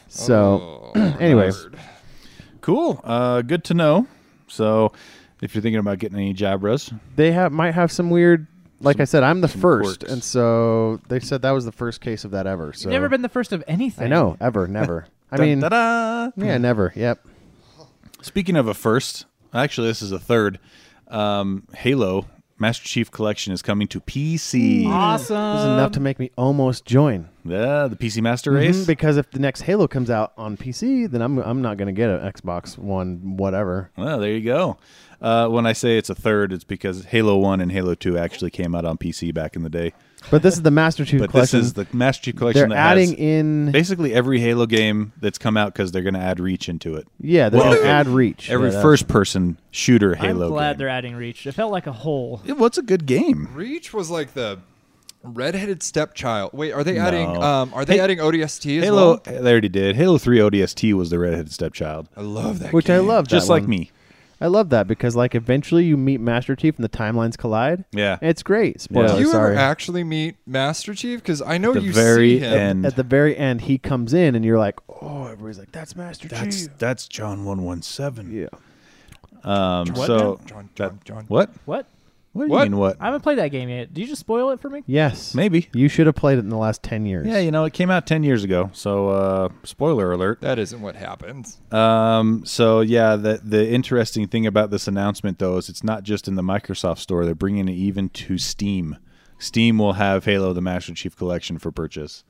So, Oh, anyway. nerd. Cool. Uh, good to know. So, if you're thinking about getting any Jabras, they have might have some weird. Like I said, I'm the first, quirks. and so they said that was the first case of that ever. So You've never been the first of anything. I know, ever, never. I mean, Dun-da-da. yeah, never. Yep. Speaking of a first, actually, this is a third. Um, Halo Master Chief Collection is coming to PC. Awesome. This is enough to Um, make me almost join. Yeah, the PC Master Race. Mhm, Because if the next Halo comes out on PC, then I'm I'm not gonna get an Xbox One, whatever. Well, there you go. Uh, when I say it's a third, it's because Halo One and Halo Two actually came out on PC back in the day. But this is the Master Chief But collection. this is the Master Chief Collection they're that adding has in. basically every Halo game that's come out because they're going to add reach into it. yeah, they're Well, gonna add reach. Every Yeah, that's- first-person shooter I'm Halo glad game. they're adding Reach. It felt like a hole. Yeah, well, it's a good game. Reach was like the redheaded stepchild. Wait, are they adding? No. Um, are they Hey- adding ODST as Halo, eh, well? they already did. Halo 3 ODST was the redheaded stepchild. I love that. Which I game. love. that Just like one. me. I love that because like eventually you meet Master Chief and the timelines collide. Yeah. It's great. Spoiler. Yeah. Do you sorry. ever actually meet Master Chief? Because I know the you very see him. end. At the very end, he comes in and you're like, oh, everybody's like, that's Master that's Chief. that's John 117. Yeah. Um, What? so John, that- John, John. What? What? What do What? you mean what? I haven't played that game yet. Do you just spoil it for me? Yes. Maybe. You should have played it in the last 10 years. Yeah, you know, it came out 10 years ago. So, uh, spoiler alert. That isn't what happens. Um, so yeah, the the interesting thing about this announcement though is it's not just in the Microsoft store. They're bringing it even to Steam. Steam will have Halo: The Master Chief Collection for purchase.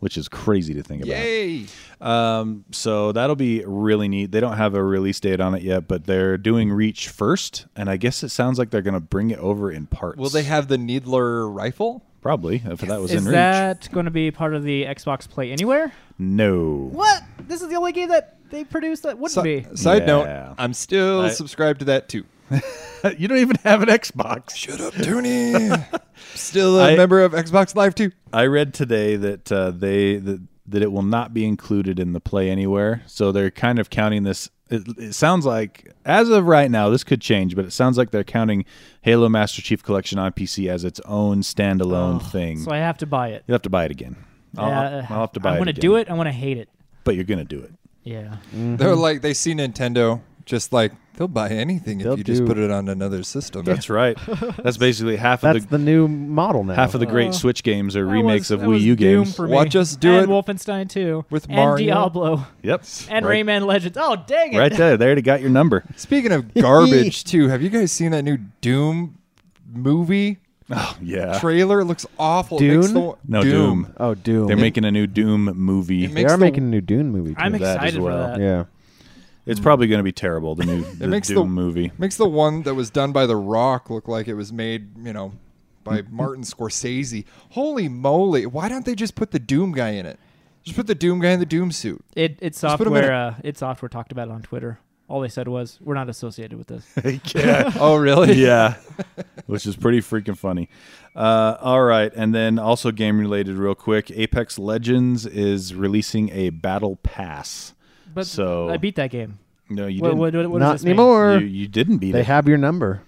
which is crazy to think about. Yay! Um, so that'll be really neat. They don't have a release date on it yet, but they're doing Reach first, and I guess it sounds like they're going to bring it over in parts. Will they have the Needler rifle? probably if that was Is in Reach? that going to be part of the Xbox Play Anywhere? no. What? This is the only game that they produced that wouldn't be. Si- side Yeah. note: I'm still I- subscribed to that too. you don't even have an Xbox. Shut up, Tony. still a I- member of Xbox Live too. I read today that uh, they that, that it will not be included in the play anywhere. So they're kind of counting this. It, it sounds like, as of right now, this could change, but it sounds like they're counting Halo Master Chief Collection on PC as its own standalone thing. So I have to buy it. You'll have to buy it again. I'll, Oh, Yeah, I'll have to buy I it. want to again. do it. I want to hate it. but you're gonna do it. Yeah. They're Mm-hmm. like they see Nintendo, just like they'll buy anything They'll if you just do- put it on another system. That's right. That's basically half of That's the, the new model now. half of the great Uh, Switch games are That remakes was- of that was Wii U Doom games. for me. Watch us do and it Wolfenstein 2 with and Mario. Diablo Yep. and right, Rayman Legends. Oh dang it! right there. They already got your number. Speaking of garbage too, have you guys seen that new Doom movie Oh yeah. trailer? It looks awful. It makes Dune? the- No, Doom. oh, Doom. They're making a new Doom movie. It They makes are the- making a new Dune movie. Too. I'm that as excited well. for that. yeah. It's probably going to be terrible. The new the makes the- Doom movie. Makes the one that was done by The Rock look like it was made, you know, by Mm-hmm. Martin Scorsese. Holy moly! Why don't they just put the Doom guy in it? Just put the Doom guy in the Doom suit. It it's Just put 'em in software. Uh, it software talked about it on Twitter. All they said was, "We're not associated with this." yeah, Oh, really? yeah, which is pretty freaking funny. Uh, all right, and then also game related, real quick. Apex Legends is releasing a battle pass. But So- I beat that game. No, you What, didn't. what, what, what Not does this mean? anymore. you, you didn't beat They it. have your number.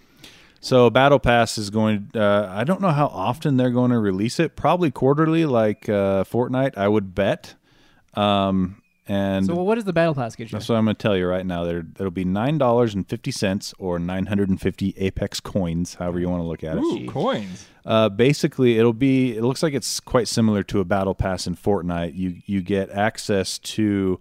So Battle Pass is going. Uh, I don't know how often they're going to release it. Probably quarterly, like uh, Fortnite. I would bet. Um, and So what does the battle pass get you? that's what I'm going to tell you right now. There, it'll be nine dollars and fifty cents or nine hundred and fifty Apex coins, however you want to look at it. Ooh, coins. Uh, basically, it'll be. It looks like it's quite similar to a battle pass in Fortnite. You you get access to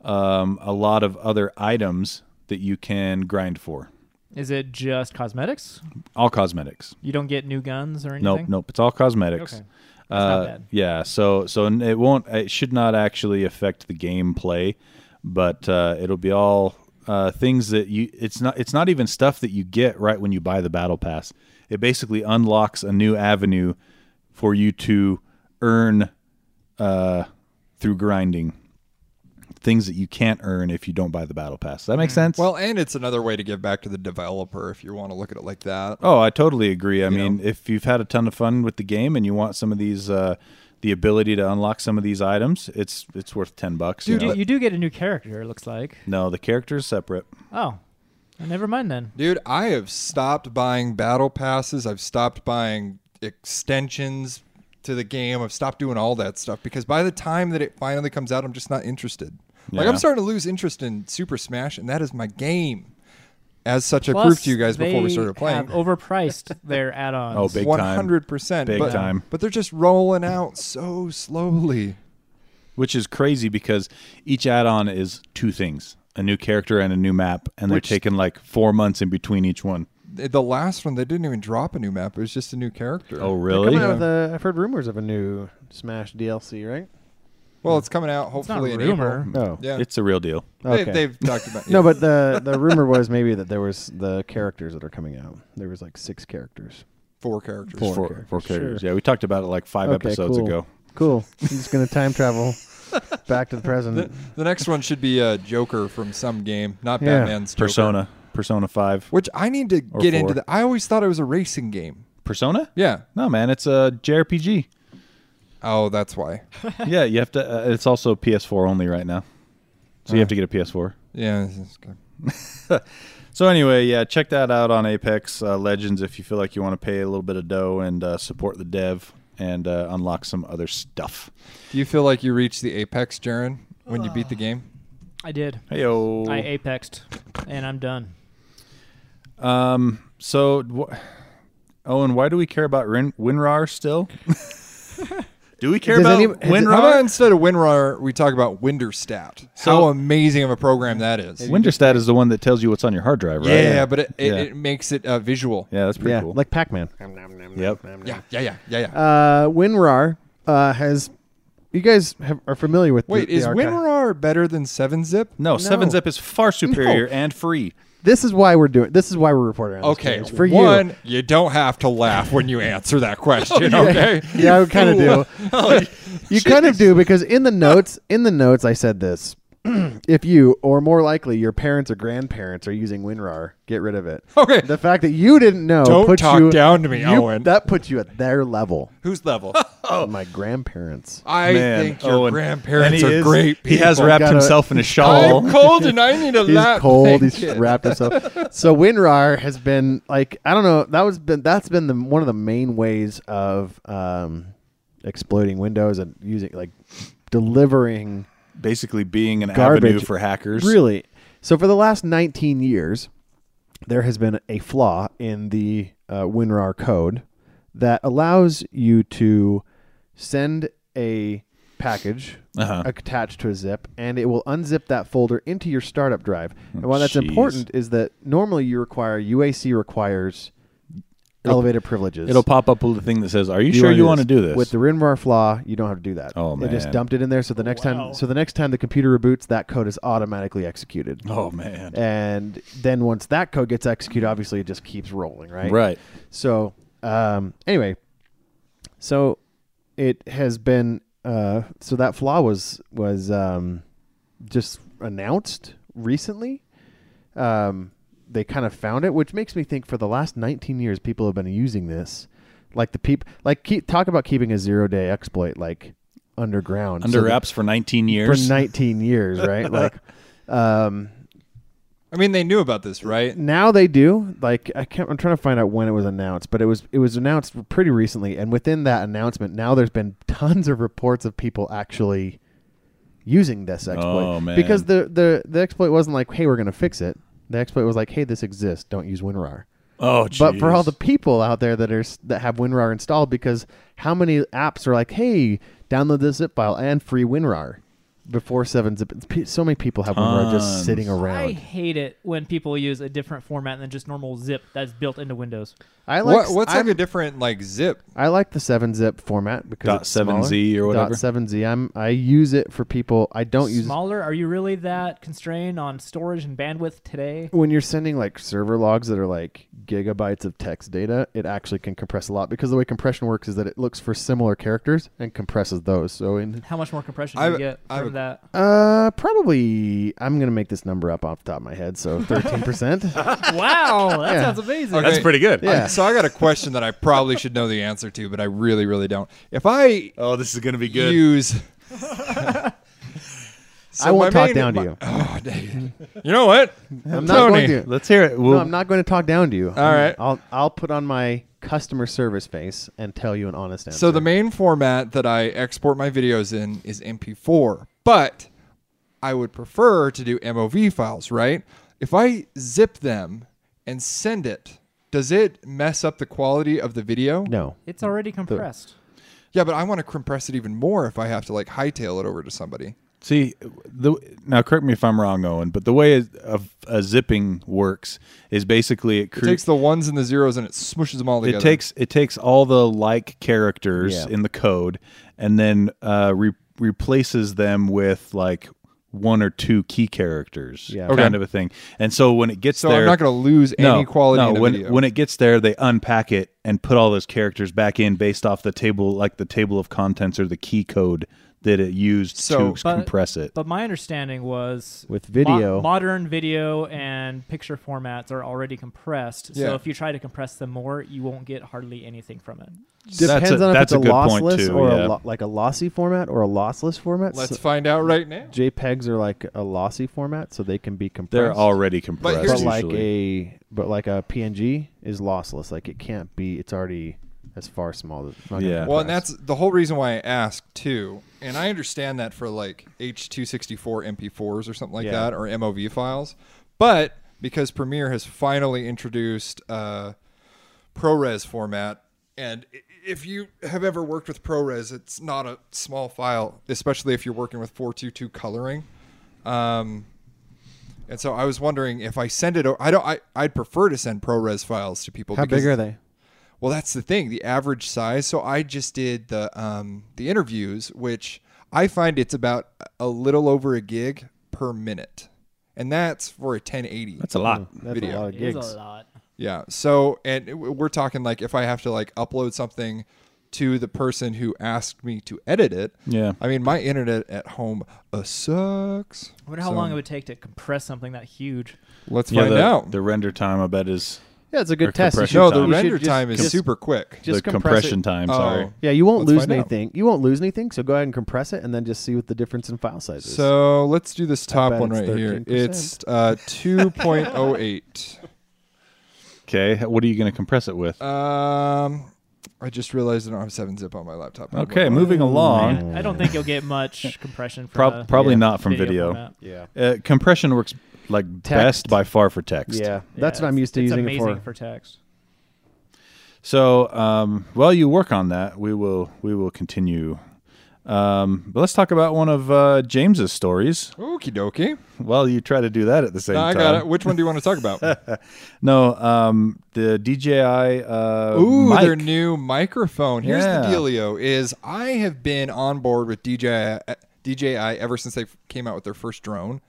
um, a lot of other items that you can grind for. Is it just cosmetics? All cosmetics. You don't get new guns or anything. Nope, nope. It's all cosmetics. Okay. uh, not bad. Yeah. So so n- it won't. It should not actually affect the gameplay, but uh, it'll be all uh, things that you. It's not. It's not even stuff that you get right when you buy the battle pass. It basically unlocks a new avenue for you to earn uh, through grinding things that you can't earn if you don't buy the battle pass. Does that make Mm. sense? Well, and it's another way to give back to the developer if you want to look at it like that. Oh, I totally agree. I mean, know? if you've had a ton of fun with the game and you want some of these, uh, the ability to unlock some of these items, it's it's worth ten bucks. you You, know? do, you do get a new character. It looks like. no, the character is separate. Oh, well, never mind then. Dude, I have stopped buying battle passes. I've stopped buying extensions to the game. I've stopped doing all that stuff because by the time that it finally comes out, I'm just not interested. Like Yeah. I'm starting to lose interest in Super Smash, and that is my game. As such, I Plus, proved to you guys before we they started have playing. overpriced their add-ons. Oh, big time. 100%. Big but, time. But they're just rolling out so slowly. Which is crazy because each add-on is two things: a new character and a new map, and they're Which- taking like four months in between each one. The last one, they didn't even drop a new map. It was just a new character. Oh, They're really? Coming out with the, I've heard rumors of a new Smash DLC, right? Well, it's coming out It's not hopefully a in April. rumor. No. Yeah. It's a real deal. Okay. They, have talked about no, but the the rumor was maybe that there was the characters that are coming out. There was like six characters. four characters. Four four, characters, four characters. sure. Yeah, we talked about it like five Okay, episodes cool. ago. Cool. I'm just gonna time travel back to the The, present. the next one should be a Joker from some game, not Yeah. Batman's Joker. Persona, Persona Five, Which I need to Or get four. into. The, I always thought it was a racing game. Persona. Yeah. No, man, it's a JRPG. Oh, that's why. yeah, you have to. Uh, it's also PS4 only right now, so you have to get a PS4. Yeah. this is good. So anyway, yeah, check that out on Apex uh, Legends if you feel like you want to pay a little bit of dough and uh, support the dev and uh, unlock some other stuff. Do you feel like you reached the apex, Jaren, when you beat the game? I did. Heyo. I apexed, and I'm done. um. So, wh- Owen, why do we care about Rin- WinRAR still? do we care Does about any- has- How about WinRAR? instead of WinRAR, we talk about Winderstat? How So- amazing of a program that is. WinderStat is the one that tells you what's on your hard drive, right? yeah, but it, it, Yeah. it makes it uh, visual. Yeah, that's pretty yeah, cool. like Pac Man. yep. Yeah, yeah, yeah, yeah, yeah. Uh, WinRAR uh, has you guys have, are familiar with. the- Wait, the is archive. WinRAR better than Seven Zip? No, Seven No. Zip is far superior and free. This is why we're doing. This is why we're reporting. On this Okay, today. It's for one, you. you. don't have to laugh when you answer that question. Okay, Oh, Yeah, I kind of do. Oh, you kind of do because in the notes, in the notes, I said this. if you, or more likely, your parents or grandparents are using WinRAR, get rid of it. Okay. The fact that you didn't know Don't puts talk you- down to me, you- Owen. Oh. That puts you at their level. whose level? My grandparents. I Man, think Oh, your Owen. And grandparents he are is- great. He has people. wrapped Gotta- himself in a shawl. I'm cold and I need a He's lap. cold. Thank He's you. wrapped himself. so WinRAR has been like I don't know. That was been that's been the one of the main ways of um, exploiting Windows and using like delivering Basically, being an Garbage. avenue for hackers. Really? So for the last 19 years, there has been a flaw in the uh, WinRAR code that allows you to send a package Uh-huh. attached to a zip, and it will unzip that folder into your startup drive. and why that's jeez. important is that normally you require UAC requires elevated privileges. It'll pop up a little thing that says, "Are you, Do sure you want to wanna do this?" with the WinRAR flaw? You don't have to do that. Oh, They just man. dumped it in there, so the next Wow. time, so the next time the computer reboots, that code is automatically executed. oh man, And then once that code gets executed, obviously it just keeps rolling, right? right? So, um, anyway, so it has been uh, so that flaw was was um, just announced recently. Um, they kind of found it, which makes me think for the last 19 years, people have been using this, like the peop, like keep, talk about keeping a zero day exploit like underground, Under so that- wraps for 19 years. for 19 years, right? like, um, I mean, they knew about this, right? now they do like i can't i'm trying to find out when it was announced but it was it was announced pretty recently and within that announcement now there's been tons of reports of people actually using this exploit Oh, man. because the the the exploit wasn't like hey we're going to fix it the exploit was like hey this exists don't use winrar oh, jeez. but for all the people out there that are s- that have winrar installed because how many apps are like hey download this zip file and free winrar before 7 zip so many people have winrar just Tons. sitting around I hate it when people use a different format than just normal zip that's built into Windows. i What, what's I'm- like a different like zip? I like the seven zip format because Dot it's 7Z smaller. or whatever. Dot seven Z. I'm I use it for people. I don't use Smaller, are you really that constrained on storage and bandwidth today? when you're sending like server logs that are like gigabytes of text data. It actually can compress a lot because the way compression works is that it looks for similar characters and compresses those. So in How much more compression I do you have- get I have from a- that? uh probably I'm gonna make this number up off the top of my head. So thirteen percent. wow, that Yeah. sounds amazing. Okay. that's pretty good. Yeah. I- so I got a question that I probably should know the answer to, but I really, really don't. If I Oh, this is gonna be good. use, So I won't my talk main- down my- to you. Oh, dang. you know what? I'm not Tony. going to. Let's hear it. We'll, no, I'm not going to talk down to you. All right. I'll I'll put on my customer service face and tell you an honest answer. So the main format that I export my videos in is MP4, but I would prefer to do MOV files, right? If I zip them and send it, does it mess up the quality of the video? no. It's already compressed. Yeah, but I want to compress it even more if I have to like hightail it over to somebody. See, the now correct me if I'm wrong, Owen, but the way a, a, a zipping works is basically it, It cre- takes the ones and the zeros and it smushes them all it together. takes it takes all the like characters Yeah. in the code and then uh, re- replaces them with like one or two key characters, Yeah. kind Okay. of a thing. And so when it gets so there, I'm not going to lose no, any quality No, in the when video. when it gets there, they unpack it and put all those characters back in based off the table, like the table of contents or the key code that it used So- to But- compress it. But my understanding was With mo- video. modern video and picture formats are already compressed. Yeah. So if you try to compress them more, you won't get hardly anything from it. depends That's a- on if that's it's a a, good point, lossless too, or yeah. a lo- like a lossy format or a lossless format. Let's So find out right now. JPEGs are like a lossy format, so they can be compressed. They're already compressed. here's- but usually. like a but like a PNG is lossless. Like it can't be. It's already as far small. as- it's not gonna Yeah. Well, and compress. that's the whole reason why I asked too. And I understand that for like H264 MP4s or something like Yeah. that or MOV files. But because Premiere has finally introduced uh, ProRes format, and i- if you have ever worked with ProRes, it's not a small file, especially if you're working with 422 coloring. Um, and so I was wondering if I send it. o- I don't. I, I'd prefer to send ProRes files to people. how because big are they? well, that's the thing, the average size. So I just did the um, the interviews, which I find it's about a little over a gig per minute, and that's for a 1080. That's a lot. That's Video. a lot of It is Uh, gigs. a lot. Yeah. So, and it- we're talking like if I have to like upload something to the person who asked me to edit it. Yeah. I mean, my internet at home uh, sucks. I wonder how So, long it would take to compress something that huge. Let's Yeah, find the, out. the render time I bet is Yeah, it's a Or good test. You compression should- time. no, the You should render just- time is just- super quick. Just the compress it. compression time. Oh. Sorry. Yeah, you won't Let's lose find out. anything. You won't lose anything. So go ahead and compress it, and then just see what the difference in file size is. So let's do this top bet one it's right here. 13%. It's uh, 2.08. Okay, what are you going to compress it Uh, with? um, I just realized I don't have 7 zip on my laptop. okay, moving along. Man, I don't think you'll get much compression from Prob- a probably not from video. format. yeah, Uh, compression works like best by far for text. yeah, Yeah, that's what I'm it's- used to it's using it amazing for. text. So, um, while you work on that, we will we will continue. Um, but let's talk about one of uh, James's stories. Okie dokie. While you try to do that at the same I time, got it. Which one do you want to talk about? No, um, the DJI. Uh, Ooh, their mic. new microphone. Here's Yeah. the dealio: is I have been on board with DJI, DJI ever since they came out with their first drone,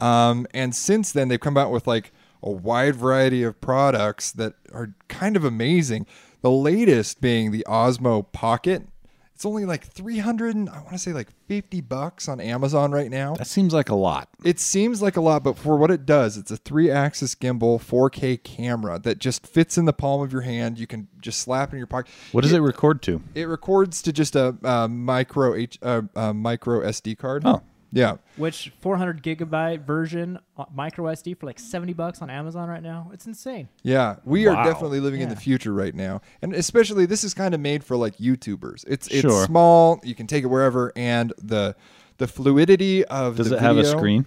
um, and since then they've come out with like a wide variety of products that are kind of amazing. The latest being the Osmo Pocket. It's only like 300, and I want to say like 50 bucks on Amazon right now. That seems like a lot. It seems like a lot, but for what it does, it's a three axis gimbal 4K camera that just fits in the palm of your hand. You can just slap it in your pocket. What does it record to? It records to just a, uh micro H, uh, uh, micro SD card. Oh. Yeah. Which 400 gigabyte version uh, micro SD for like 70 bucks on Amazon right now? It's insane. Yeah. We Wow. are definitely living in the Yeah. future right now. And especially this is kind of made for like YouTubers. It's it's Sure. small, you can take it wherever and the the fluidity of Does the it have a video- screen?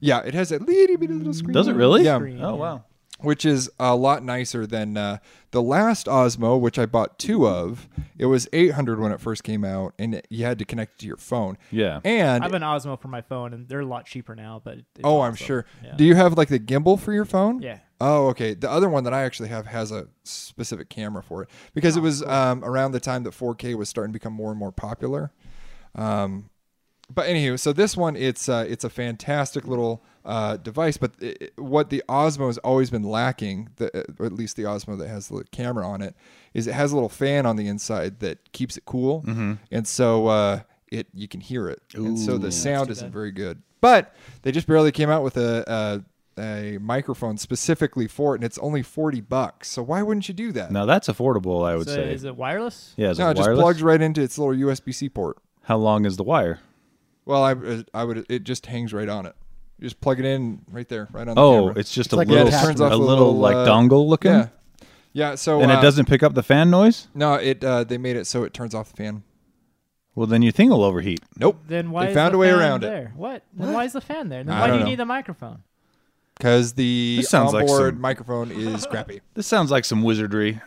Yeah, it has a little bitty little screen. Does it really? Um, Yeah. Screen, Oh yeah. wow. which is a lot nicer than uh, the last Osmo, which I bought two of. It was 800 when it first came out, and it- you had to connect it to your phone. Yeah. And I have an Osmo for my phone, and they're a lot cheaper now. But it's oh, I'm awesome. sure. Yeah. Do you have like the gimbal for your phone? Yeah. Oh, okay. The other one that I actually have has a specific camera for it because it was um, around the time that 4K was starting to become more and more popular. Um, but anywho, so this one it's uh, it's a fantastic little uh, device. But it, it- what the Osmo has always been lacking, the, uh, or at least the Osmo that has the camera on it, is it has a little fan on the inside that keeps it cool, and so uh, it you can hear it, and so the sound isn't very good. But they just barely came out with a, a a microphone specifically for it, and it's only forty bucks. So why wouldn't you do that? Now that's affordable, I would So say. is it wireless? yeah, is no, it it just wireless? plugs right into its little USB C port. How long is the wire? Well, I I would it just hangs right on it. You just plug it in right there, right on. the Oh, camera. it's just a like an little, attachment. a Turns off little, a little, like uh, dongle looking, yeah, yeah. So and uh, it doesn't pick up the fan noise. No, it uh, they made it so it turns off the fan. Well, then your thing will overheat. Nope. Then why they is found the a way fan around it there? What? Then why is the fan there? Then I why do don't you know. need the microphone? because the This sounds like onboard some- microphone is crappy. This sounds like some wizardry.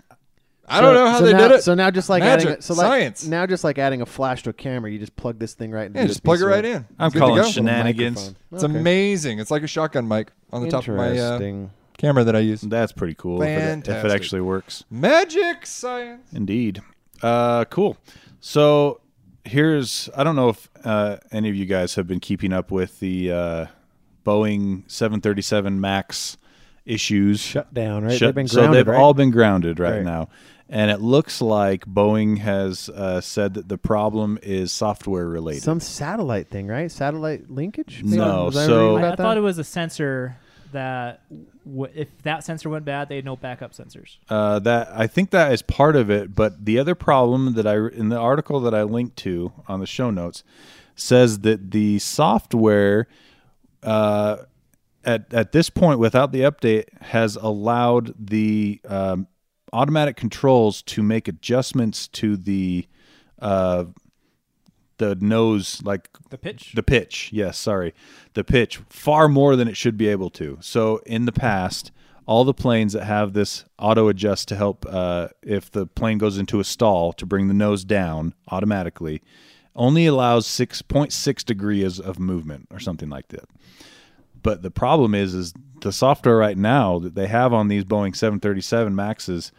I don't know how they now, did it. So now, just like adding, Magic, a- so like, science. Now, just like adding a flash to a camera, you just plug this thing right. in. yeah, just plug it right in. I'm It's good to calling go. shenan- Shenanigans. It's amazing. It's like a shotgun mic on the top of my uh, Interesting. camera that I use. That's pretty cool. if it- If, it, Fantastic. actually works, Magic science. indeed. Uh, cool. So here's I don't know if uh, any of you guys have been keeping up with the uh, Boeing 737 Max issues. Shut down, right? Shut- They've been so grounded, they've right? all been grounded right, Right. now, and it looks like Boeing has uh, said that the problem is software related. Some satellite thing, right? Satellite linkage. No, Was I so- reading I, about I that? thought it was a sensor that w- if that sensor went bad, they had no backup sensors. Uh, that I think that is part of it, but the other problem that I in the article that I linked to on the show notes says that the software uh, at at this point without the update has allowed the um, automatic controls to make adjustments to the uh, the nose like The pitch. the pitch, yes, sorry. The pitch far more than it should be able to. So in the past, all the planes that have this auto adjust to help uh, if the plane goes into a stall to bring the nose down automatically only allows 6.6 degrees of movement or something like that. But the problem is is the software right now that they have on these Boeing 737 Maxes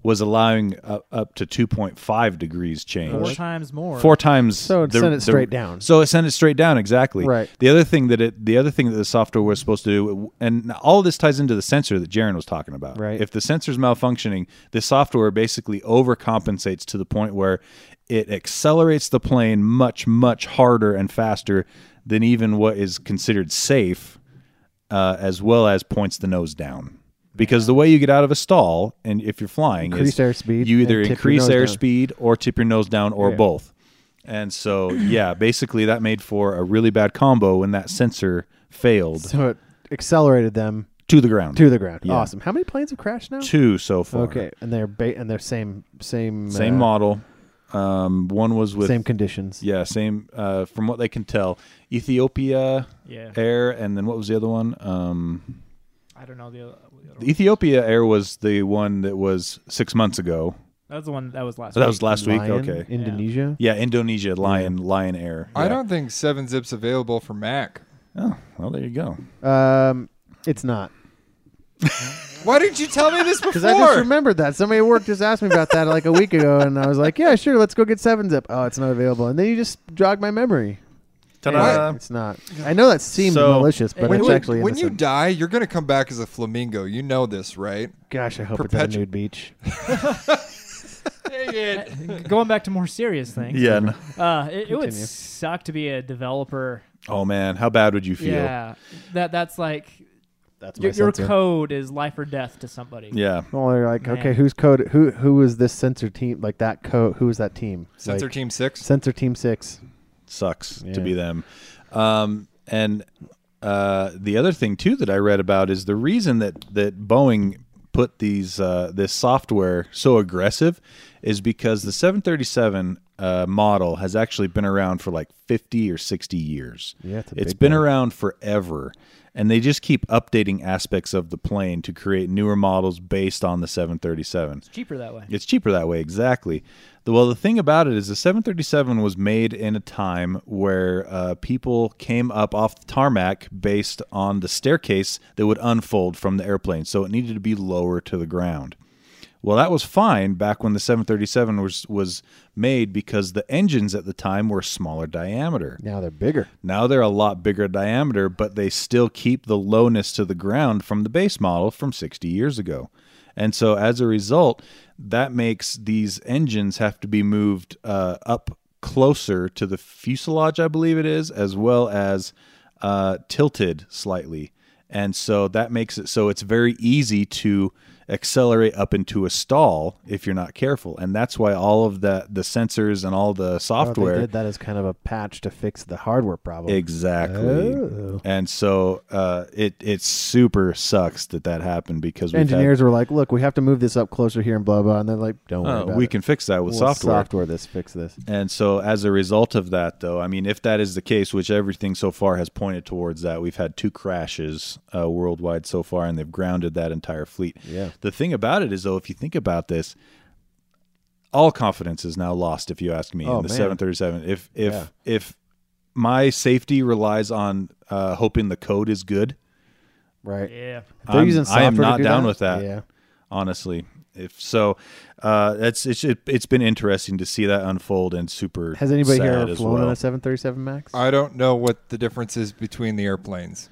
was allowing uh, up to 2.5 degrees change. four times more. Four times. So it sent it straight down. So it sent it straight down. Exactly. Right. The other thing that it, the other thing that the software was supposed to do, and all of this ties into the sensor that Jaron was talking about. Right. If the sensor's malfunctioning, the software basically overcompensates to the point where it accelerates the plane much, much harder and faster than even what is considered safe, uh, as well as points the nose down. Because the way you get out of a stall, and if you're flying, is Increase airspeed You either and tip your increase nose down. airspeed speed or tip your nose down or both. And so, yeah, basically that made for a really bad combo when that sensor failed So it accelerated them to the ground. to the ground. Yeah. Awesome. How many planes have crashed now? Two so far. Okay, and they're ba- and they're same same Same uh, model. Um, one was with same conditions. yeah, same uh, from what they can tell, Ethiopia Yeah. Air, and then what was the other one? Um, I don't know the other. The other the Ethiopia Air was the one that was six months ago. That was the one that was last. So that week. was last week. Lion, Okay. Indonesia. Yeah, Indonesia Lion Lion Air. I Yeah. don't think Seven Zip's available for Mac. Oh, well, there you go. Um, it's not Why didn't you tell me this because I just before? remembered that somebody at work just asked me about that like a week ago, and I was like, "Yeah, sure, let's go get Seven Zip." Oh, it's not available, and then you just jogged my memory. Ta-da. It's not. I know that seems Um, So- malicious, but When it's you- actually when you innocent. die, you're gonna come back as a flamingo. You know this, right? Gosh, I hope it's at perpetu- a nude beach. Uh, Going back to more serious things. Yeah. no- Uh, it, it would Continue. suck to be a developer. Oh man, how bad would you feel? Yeah. That that's like That's your, your code is life or death to somebody. Yeah. Well, they're like, Man. okay, who's code? Who who is this sensor team? Like that code? Who is that team? Sensor Like, Team Six. Sensor team six. sucks Yeah. to be them. Um, and uh, the other thing too that I read about is the reason that that Boeing put these uh, this software so aggressive is because the 737 uh, model has actually been around for like 50 or 60 years. Yeah, it's a it's big been boy. around forever. And they just keep updating aspects of the plane to create newer models based on the 737. Cheaper that way. It's cheaper that way, exactly. The, well, the thing about it is the 737 was made in a time where uh, people came up off the tarmac based on the staircase that would unfold from the airplane, so it needed to be lower to the ground. Well, that was fine back when the 737 was was made because the engines at the time were smaller diameter. Now they're bigger. Now they're a lot bigger diameter, but they still keep the lowness to the ground from the base model from 60 years ago. And so as a result, that makes these engines have to be moved uh, up closer to the fuselage, I believe it is, as well as uh, tilted slightly. And so that makes it so it's very easy to accelerate up into a stall if you're not careful. And that's why all of the, the sensors and all the Oh, they software did that as kind of a patch to fix the hardware problem. Exactly. Oh. And so uh, it it super sucks that that happened because we've Engineers were like, "Look, we have to move this up closer here," and blah blah. And they're like, "Don't had, worry uh, about we it. can fix that with We'll software. software this fix this." And so as a result of that, though, I mean, if that is the case, which everything so far has pointed towards that, we've had two crashes uh, worldwide so far, and they've grounded that entire fleet. Yeah. The thing about it is, though, if you think about this, all confidence is now lost. If you ask me, Oh, in the man. 737, if if Yeah. if my safety relies on uh, hoping the code is good. Right. Yeah. If they're I'm- using I am software to not do down with that. Yeah. honestly. If so, uh, that's it's it, it's been interesting to see that unfold and super. Has anybody sad here as ever flown well. on a 737 Max? I don't know what the difference is between the airplanes.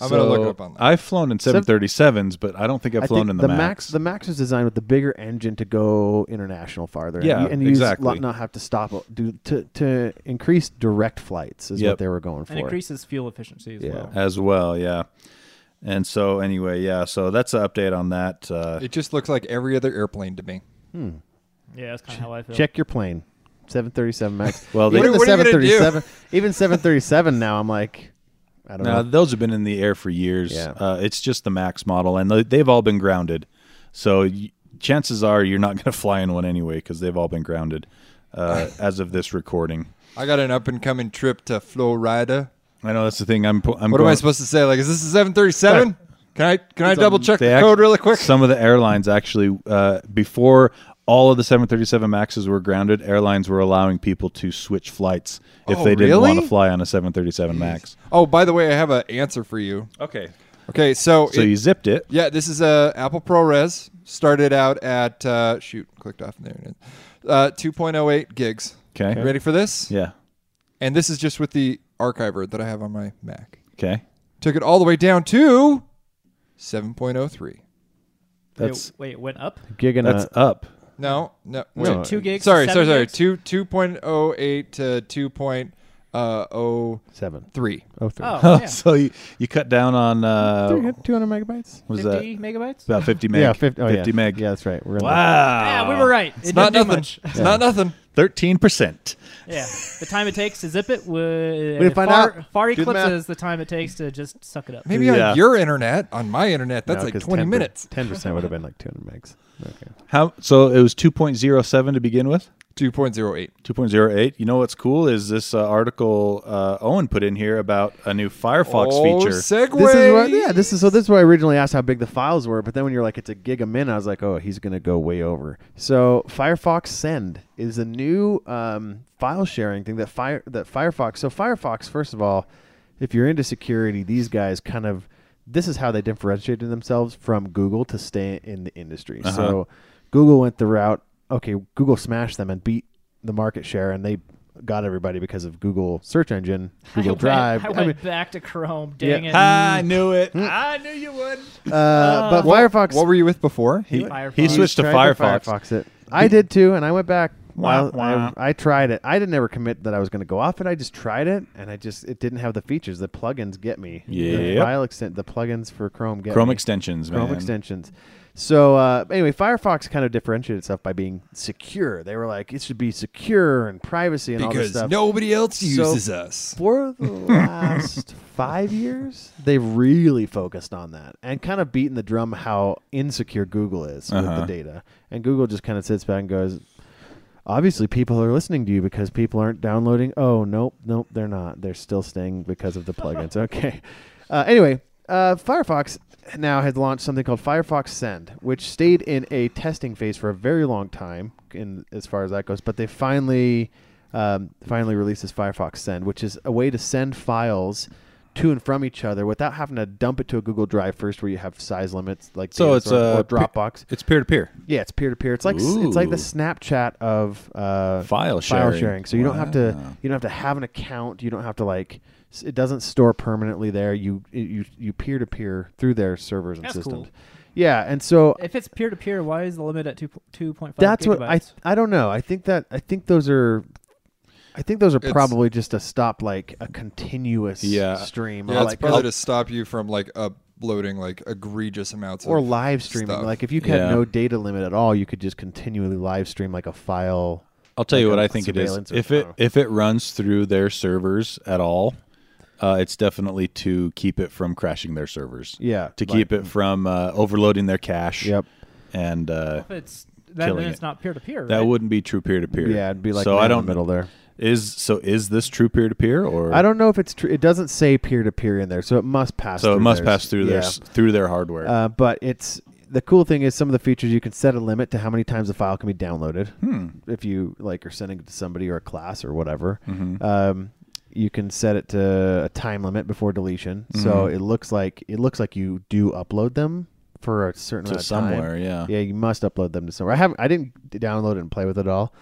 I'm gonna look it So, up online. I've flown in Seven- 737s, but I don't think I've I flown think in the, the Max. The Max was designed with the bigger engine to go international farther. and Yeah, you- and use lot- exactly. not have to stop do, to to increase direct flights is Yep. what they were going for. And increases fuel efficiency as Yeah. well. as well, yeah. And so anyway, yeah. So that's an update on that. Uh, it just looks like every other airplane to me. Yeah, that's kind of how I feel. Check your plane. 737 Max. Well, they- even What- what the are you gonna do? 737, even 737 now. I'm like, I don't now know. those have been in the air for years. Uh-huh. Yeah. Uh, it's just the Max model, and th- they've all been grounded. So y- chances are you're not going to fly in one anyway because they've all been grounded uh, as of this recording. I got an up and coming trip to Florida. I know that's the thing. I'm. pu- I'm What am going, I supposed to say? Like, is this a 737? Can I can I double check They the act- code really quick? Some of the airlines actually, uh, before all of the 737 Maxes were grounded, airlines were allowing people to switch flights if Oh, they didn't really? want to fly on a 737 Max. Oh, by the way, I have an answer for you. Okay. Okay, so, So it- you zipped it. yeah, this is uh, Apple ProRes. Started out at uh, shoot, clicked off there. it is. Uh, 2.08 gigs. Okay. Ready for this? Yeah. And this is just with the archiver that I have on my Mac. Okay. Took it all the way down to 7.03. That's Wait, wait, it went up? Gigging that's up. up. No, no. Was it wait. Two gigs? Sorry, seven sorry, sorry. gigs? Two two point oh eight to two point uh, oh Seven. three. Oh, three. Oh, yeah. so you, you cut down on Pretty uh good. 200 megabytes? what was that 50 megabytes? about 50 meg. Yeah, 50, oh, yeah. meg. Yeah, that's right. We're in the- Wow. Yeah, we were right. It's it not didn't do nothing. much. It's not nothing. 13%. Yeah, the time it takes to zip it would uh, We didn't find far, out. far Good eclipses the time it takes to just suck it up. Maybe Yeah. on your internet, on my internet, that's No, like 'cause twenty 10 per- minutes. 10% would have been like 200 megs. Okay. How so it was 2.07 to begin with? Two point zero eight. 2.08. You know what's cool is this uh, article uh, Owen put in here about a new Firefox oh, feature. Segue. This is what, yeah, this is so. This is why I originally asked how big the files were, but then when you're like, it's a gig a minute, I was like, oh, he's gonna go way over. So Firefox Send is a new um, file sharing thing that fire that Firefox. So Firefox, first of all, if you're into security, these guys kind of this is how they differentiated themselves from Google to stay in the industry. So Google went the route. Okay, Google smashed them and beat the market share, and they got everybody because of Google search engine, I Google went, Drive. I I went mean, back to Chrome. Dang Ah, it. Hmm. I knew it. I knew you would. uh, but Firefox. What were you with before? He, Firefox. he switched to tried Firefox. it. I did too, and I went back. Wah, While wah. I, I tried it. I didn't ever commit that I was going to go off it. I just tried it, and I just it didn't have the features. The plugins get me. The Yep. file extent, the plugins for Chrome get Chrome me. extensions, man. Chrome extensions. So uh, anyway, Firefox kind of differentiated itself by being secure. They were like, it should be secure and privacy and all this Because stuff. nobody else So- uses us. For the last five years, they've really focused on that and kind of beaten the drum how insecure Google is with Uh-huh. the data. And Google just kind of sits back and goes, obviously, people are listening to you because people aren't downloading. Oh, nope, nope, they're not. They're still staying because of the plugins. okay. Uh, anyway, uh, Firefox now has launched something called Firefox Send, which stayed in a testing phase for a very long time, in as far as that goes. But they finally, um, finally releases Firefox Send, which is a way to send files to and from each other without having to dump it to a Google Drive first, where you have size limits, like So data it's sort a or Dropbox. It's peer to peer. Yeah, it's peer to peer. It's like it's like the Ooh. Snapchat of uh, File file sharing. sharing. So you don't have Wow. to you don't have to have an account. You don't have to like s- it doesn't store permanently there. You it- you you peer to peer through their servers and That's systems. cool. Yeah, and so If it's peer to peer, why is the limit at two two point five? that's what I I don't know. I think that I think those are. I think those are It's- probably just to stop like a continuous Yeah. stream Yeah, or it's like probably to stop you from like uploading like egregious amounts or of live streaming. stuff. Like if you had Yeah. no data limit at all, you could just continually live stream like a file. I'll tell you Like what a I think it is. surveillance or- If I it don't know. if it runs through their servers at all, uh, it's definitely to keep it from crashing their servers. Yeah, To like- keep it from uh, overloading their cache. Yep. And uh, If it's then, Killing then it's it. not peer to peer. that wouldn't be true peer to peer. Yeah, it'd be like so. man I in don't the middle there. is so is this true peer to peer or I don't know if it's true. It doesn't say peer to peer in there, so it must pass. So it through must theirs. pass through their Yeah. s- through their hardware. Uh, but it's the cool thing is some of the features you can set a limit to how many times a file can be downloaded. Hmm. If you like are sending it to somebody or a class or whatever, Mm-hmm. um, you can set it to a time limit before deletion. So Mm-hmm. it looks like it looks like you do upload them for a certain to amount of uh, time. somewhere. Yeah. Yeah, you must upload them to somewhere. I haven't. I didn't d- download it and play with it all,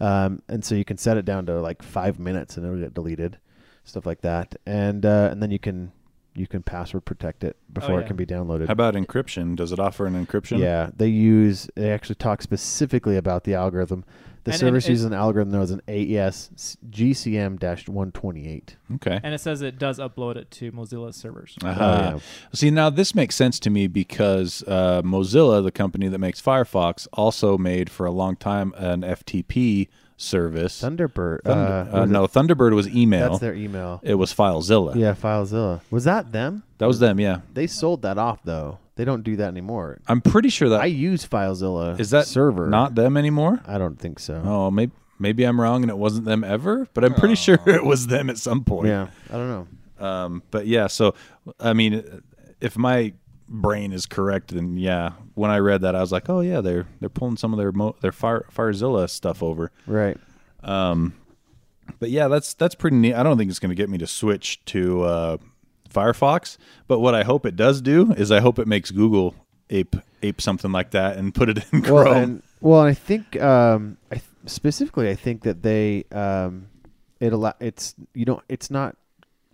um, and so you can set it down to like five minutes and it'll get deleted, stuff like that. And uh, and then you can you can password protect it before Oh, yeah. it can be downloaded. How about encryption? Does it offer an encryption? yeah, they use. They actually talk specifically about the algorithm. The And- and service it- uses an algorithm known as an AES s- GCM-128. Okay. and it says it does upload it to Mozilla's servers. Uh-huh. Oh, yeah. See, now this makes sense to me because uh, Mozilla, the company that makes Firefox, also made for a long time an FTP service. Thund- Thunderbird. uh, uh, was it- no, Thunderbird was email. that's their email. it was FileZilla. Yeah, FileZilla. Was that them? That was them, yeah. They sold that off though. They don't do that anymore. I'm pretty sure that I is use FileZilla. that server? not them anymore? I don't think so. Oh, maybe maybe I'm wrong and it wasn't them ever, but I'm pretty sure it was them at some point. Oh. Yeah, I don't know. Um, but yeah, so I mean, if my brain is correct, then yeah, when I read that, I was like, oh yeah, they're they're pulling some of their mo- their Fire Firezilla stuff over. Right. Um, but yeah, that's that's pretty neat. I don't think it's going to get me to switch to uh, Firefox. But what I hope it does do is I hope it makes Google ape ape something like that and put it in Chrome. Well, and, well, and I think um, I th- specifically, I think that they um, it allow it's you don't it's not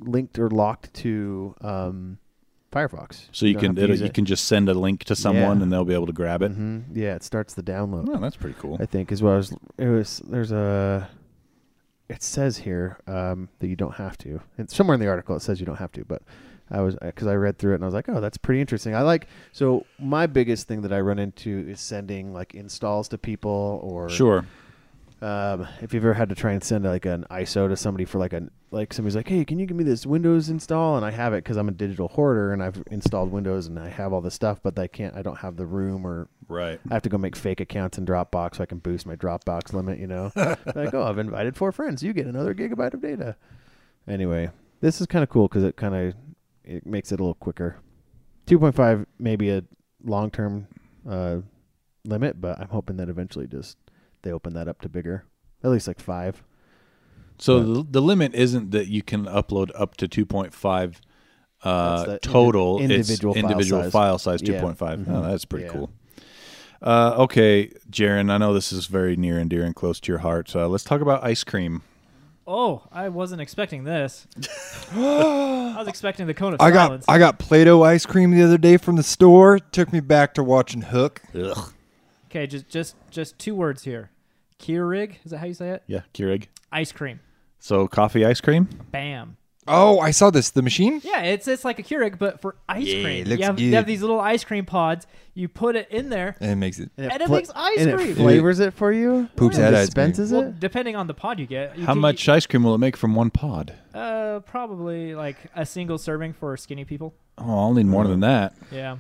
linked or locked to um, Firefox. so you don't can have to it, use you it. can just send a link to someone Yeah. Mm-hmm. and they'll be able to grab it. Mhm. Yeah, it starts the download. Well, that's pretty cool. I think is what I was. It was there's a. It says here um, that you don't have to. And somewhere in the article it says you don't have to, but I was because I read through it and I was like, oh, that's pretty interesting. I like so my biggest thing that I run into is sending like installs to people or Sure. um, if you've ever had to try and send like an ISO to somebody for like an like somebody's like, hey, can you give me this Windows install? And I have it because I'm a digital hoarder and I've installed Windows and I have all this stuff, but I can't. I don't have the room or Right. I have to go make fake accounts in Dropbox so I can boost my Dropbox limit. You know, like oh, I've invited four friends. You get another gigabyte of data. Anyway, this is kind of cool because it kind of it makes it a little quicker. Two point five maybe a long term uh, limit, but I'm hoping that eventually just they open that up to bigger, at least like five. So the, the limit isn't that you can upload up to 2.5 That's the uh, indi- total. individual it's file individual size. file size Yeah. Mm-hmm. 2.5. Oh, that's pretty Yeah. cool. Uh, okay, Jaron, I know this is very near and dear and close to your heart. So let's talk about ice cream. Oh, I wasn't expecting this. I was expecting the cone of I got silence. I got Play-Doh ice cream the other day from the store. Took me back to watching Hook. Ugh. okay, just just just two words here. Keurig, is that how you say it? Yeah, Keurig. Ice cream. So coffee ice cream. Bam. Oh, I saw this. The machine. Yeah, it's it's like a Keurig, but for ice Yeah, cream. it looks you, have, you have good. these little ice cream pods. You put it in there. And it makes it. And it makes ice and cream. It flavors it for you. Poops and out ice cream. dispenses Well, it. depending on the pod you get, you How can- much ice cream will it make from one pod? Uh, probably like a single serving for skinny people. Oh, I'll need more than that. Yeah,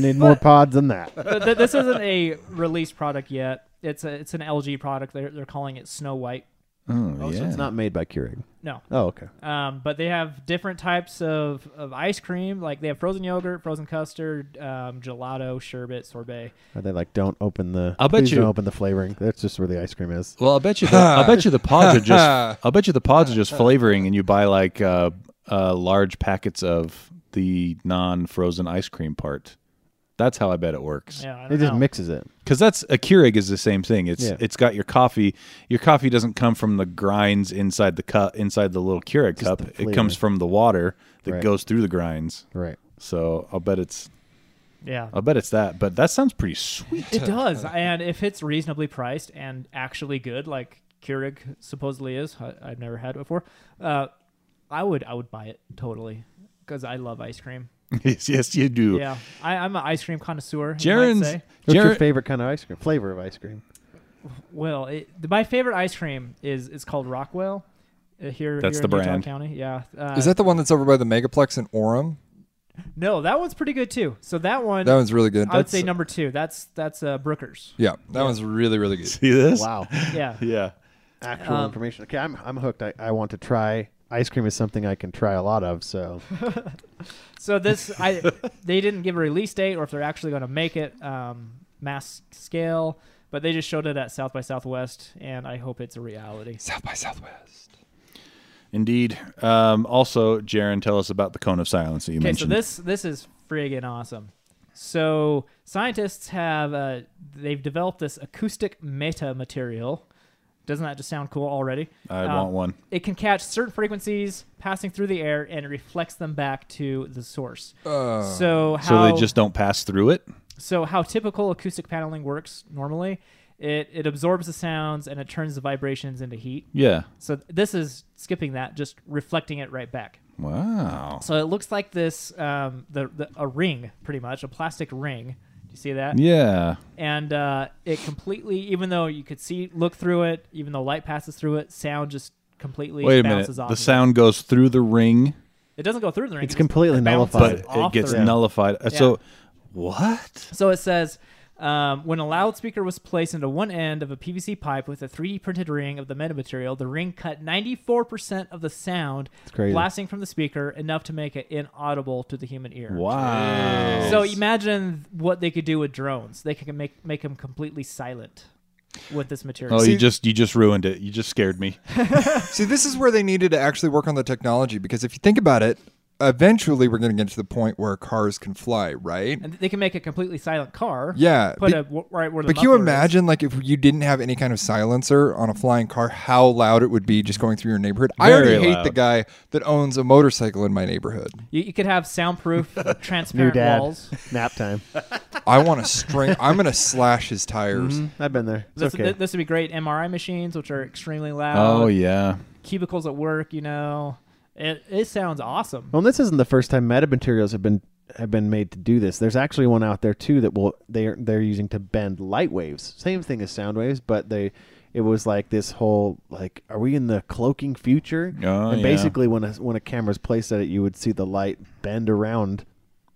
need more pods than that. But th- this isn't a released product yet. It's a it's an LG product. They're they're calling it Snow White. Oh, Oh, yeah. so it's not made by Keurig. No, Oh, okay. um, but they have different types of, of ice cream. Like they have frozen yogurt, frozen custard, um, gelato, sherbet, sorbet. Are they like don't open the? I'll bet please you- don't open the flavoring. That's just where the ice cream is. Well, I'll bet you. The, I'll bet you the pods are just. I'll bet you the pods are just flavoring, and you buy like uh, uh, large packets of the non-frozen ice cream part. That's how I bet it works. Yeah, I It don't just know. mixes it. Because that's a Keurig is the same thing. It's Yeah. it's got your coffee. Your coffee doesn't come from the grinds inside the cup inside the little Keurig cup. the It flavor. comes from the water that Right. goes through the grinds. Right. So I'll bet it's Yeah, I'll bet it's that. But that sounds pretty sweet. it does. And if it's reasonably priced and actually good, like Keurig supposedly is, I, I've never had it before. Uh, I would I would buy it totally because I love ice cream. yes, yes, you do. Yeah, I, I'm an ice cream connoisseur. you might Jaron's say. What's your Jaron- favorite kind of ice cream? Flavor of ice cream. Well, it, the, my favorite ice cream is it's called Rockwell. Uh, here, That's here the in Utah brand. County, yeah. Uh, Is that the one that's over by the Megaplex in Orem? no? That one's pretty good too. So that one, That one's really good. I would That's, say number two. That's that's uh, Brookers. yeah, that one's really really good. See this? Wow. Yeah, Yeah. Actual Um, information. Okay, I'm I'm hooked. I, I want to try ice cream is something I can try a lot of. So So this, I they didn't give a release date or if they're actually going to make it um, mass scale, but they just showed it at South by Southwest, and I hope it's a reality. South by Southwest. Indeed. Um, also, Jaron, tell us about the cone of silence that you Okay, so mentioned. this this is friggin' awesome. So scientists have uh, they've developed this acoustic meta material. Doesn't that just sound cool already? I Um, want one. It can catch certain frequencies passing through the air and it reflects them back to the source. Uh, So So how they just don't pass through it. So how typical acoustic paneling works normally, it, it absorbs the sounds and it turns the vibrations into heat. Yeah. So this is skipping that, just reflecting it right back. Wow. So it looks like this, um, the, the a ring pretty much, a plastic ring. Do you see that? Yeah. And uh, it completely, even though you could see, look through it, even though light passes through it, sound just completely Wait a minute. bounces off. The of it. sound goes through the ring, It doesn't go through the ring. It's it just- completely it bounces nullified. but Fine. it off gets the ring. nullified. Uh, So, what? So it says um, when a loudspeaker was placed into one end of a PVC pipe with a 3D printed ring of the metamaterial, the ring cut 94% of the sound crazy. blasting from the speaker, enough to make it inaudible to the human ear. Wow. So imagine what they could do with drones. They could make make them completely silent with this material. Oh, you See- just you just ruined it. You just scared me. see, this is where they needed to actually work on the technology because if you think about it, eventually we're going to get to the point where cars can fly, right? and they can make a completely silent car. Yeah, put but- a w- right where the. But can you muffler is. imagine, like, if you didn't have any kind of silencer on a flying car, how loud it would be just going through your neighborhood? I Very already hate the loud. guy that owns a motorcycle in my neighborhood. You, you could have soundproof, New transparent dad. walls. Nap time. I want to string. I'm going to slash his tires. Mm-hmm. I've been there. It's This, okay. this would be great. MRI machines, which are extremely loud. Oh yeah. Cubicles at work, you know. It, it sounds awesome. Well, this isn't the first time meta materials have been have been made to do this. There's actually one out there too that will they're they're using to bend light waves. Same thing as sound waves, but they it was like this whole like are we in the cloaking future? Oh, and yeah. basically when a when a camera's placed at it, you would see the light bend around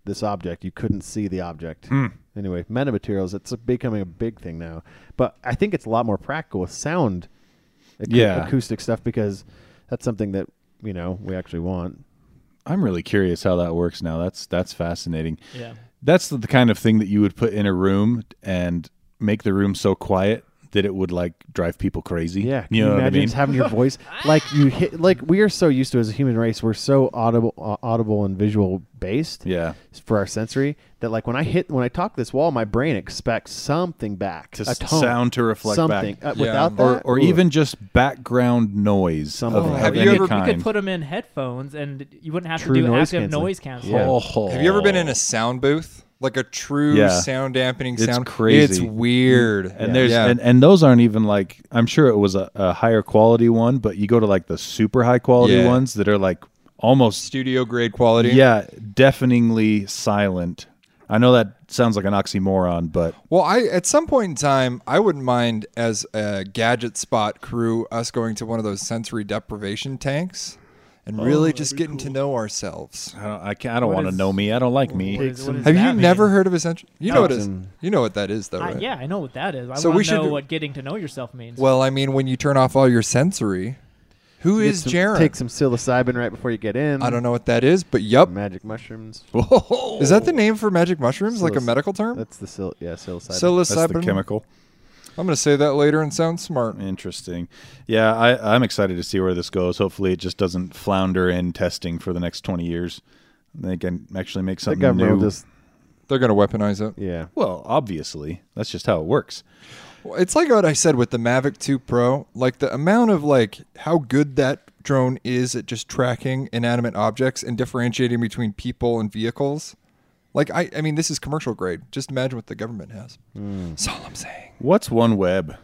this object. You couldn't see the object. Hmm. Anyway, meta materials it's becoming a big thing now. But I think it's a lot more practical with sound acou- Yeah. acoustic stuff because that's something that, you know, we actually want. I'm really curious how that works now. That's that's fascinating. Yeah. That's the, the kind of thing that you would put in a room and make the room so quiet that it would like drive people crazy. Yeah, can you you, know what I imagine mean. just having your voice like you hit like we are so used to as a human race, we're so audible, uh, audible and visual based yeah, for our sensory that like when I hit when I talk this wall, my brain expects something back, To a s- tone, sound to reflect back. something. Uh, Yeah. Without or that, or ooh. even just background noise Something. of, Oh, of have you any ever- kind. You could put them in headphones, and you wouldn't have True to do noise active canceling. noise canceling. Yeah. Oh. Have you ever been in a sound booth? Like a true Yeah. sound dampening It's sound. crazy. It's weird. And there's Yeah. and, and those aren't even like I'm sure it was a, a higher quality one, but you go to like the super high quality Yeah. ones that are like almost studio grade quality. yeah, deafeningly silent. I know that sounds like an oxymoron, but Well, I at some point in time, I wouldn't mind as a gadget spot crew us going to one of those sensory deprivation tanks Oh, and really just getting to know ourselves. I don't I, can't, I don't What want to is- know me. I don't like What me. is- Uh, what does Have that you mean? never heard of essential? You know what it is. Thousand. You know what that is, though, I- right? yeah, I know what that is. I So want we to should know do- what getting to know yourself means. Well, I mean, when you turn off all your sensory, who Get is some- Jaron? Take some psilocybin right before you get in. I don't know what that is, but yup. Magic mushrooms. Is Oh. that the name for magic mushrooms? Like a Psilocy- medical term? That's the sil- yeah psilocybin. That's the Psilocybin. chemical. I'm going to say that later and sound smart. Interesting. Yeah, I, I'm excited to see where this goes. Hopefully, it just doesn't flounder in testing for the next 20 years. They can actually make the something government new. will just They're going to weaponize it. yeah. well, obviously, that's just how it works. Well, It's like what I said with the Mavic 2 Pro, like the amount of like how good that drone is at just tracking inanimate objects and differentiating between people and vehicles. Like I I mean this is commercial grade. Just imagine what the government has. Hmm. That's all I'm saying. What's one web?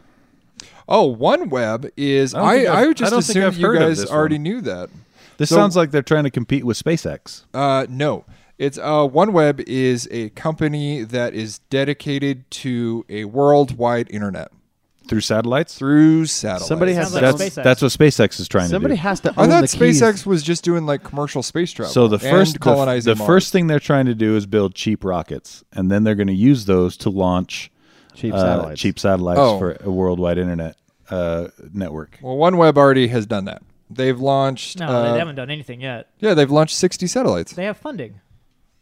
Oh, OneWeb is I don't I think I, I've- I would just don't think assume I've you heard of guys this already one. knew that. This So- sounds like they're trying to compete with SpaceX. Uh, no, it's uh, OneWeb is a company that is dedicated to a worldwide internet through satellites. through satellite. Somebody has Sounds like that's SpaceX. that's what SpaceX is trying Somebody to do. has to. I own thought the keys. SpaceX was just doing like commercial space travel. so the first and the, colonizing the Mars. first thing they're trying to do is build cheap rockets, and then they're going to use those to launch Cheap uh, satellites. cheap satellites Oh. for a worldwide internet uh, network. Well, OneWeb already has done that. They've launched. no, uh, they haven't done anything yet. Yeah, they've launched sixty satellites. They have funding.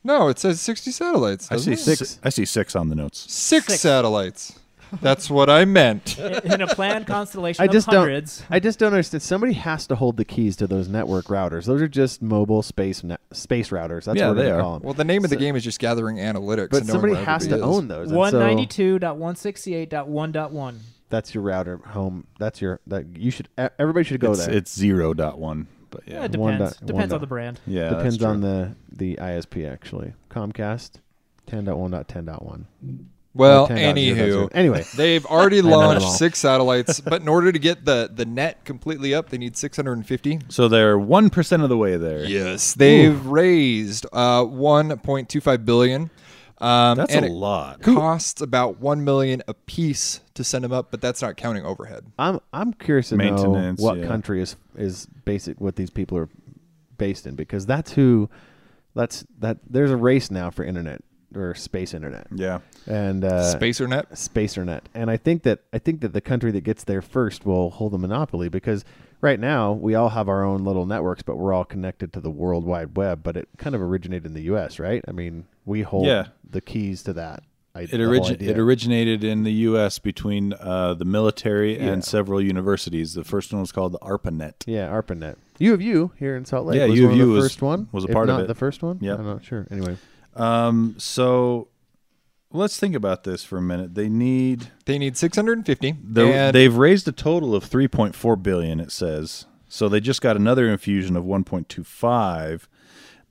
no, it says sixty satellites. I doesn't see it? six. I see six on the notes. Six Six. satellites. That's what I meant. in a planned constellation I of just hundreds. don't. I just don't understand. Somebody has to hold the keys to those network routers. Those are just mobile space net, space routers. That's Yeah, what we're they gonna are. call them. Well, the name of the game is just gathering analytics. but and knowing somebody where has to everybody is. own those. and so 192.168.1.1. that's your router home. That's your that you should. e- Everybody should go it's, there. it's zero dot one, but yeah, It depends. One dot- one depends dot- on the brand. yeah, that's Depends on true. the the ISP actually. Comcast, ten point one point ten point one. Well, 10.0, that's anywho, right. Anyway. they've already know them launched all. six satellites, but in order to get the the net completely up, they need six hundred and fifty. So they're one percent of the way there. Yes, they've raised uh, 1.25 billion. Um, That's and a it lot. Costs about one million a piece to send them up, but that's not counting overhead. I'm I'm curious to know Maintenance, what yeah. country is is basic what these people are based in because that's who that's that there's a race now for internet or space internet Yeah, and uh, Spacernet. Spacernet, and I think that I think that the country that gets there first will hold a monopoly because right now we all have our own little networks, but we're all connected to the World Wide Web. But it kind of originated in the U.S., right? I mean, we hold Yeah. the keys to that. I, it origi- it originated in the U.S. between uh, the military and several universities. The first one was called the ARPANET. yeah, ARPANET. U of U here in Salt Lake. Yeah, was U one of the U was- first one. was a if part of not it. The first one. Yeah. I'm not sure. Anyway, Um, so let's think about this for a minute. They need They need 650. they're- and they've raised a total of 3.4 billion it says. So they just got another infusion of 1.25.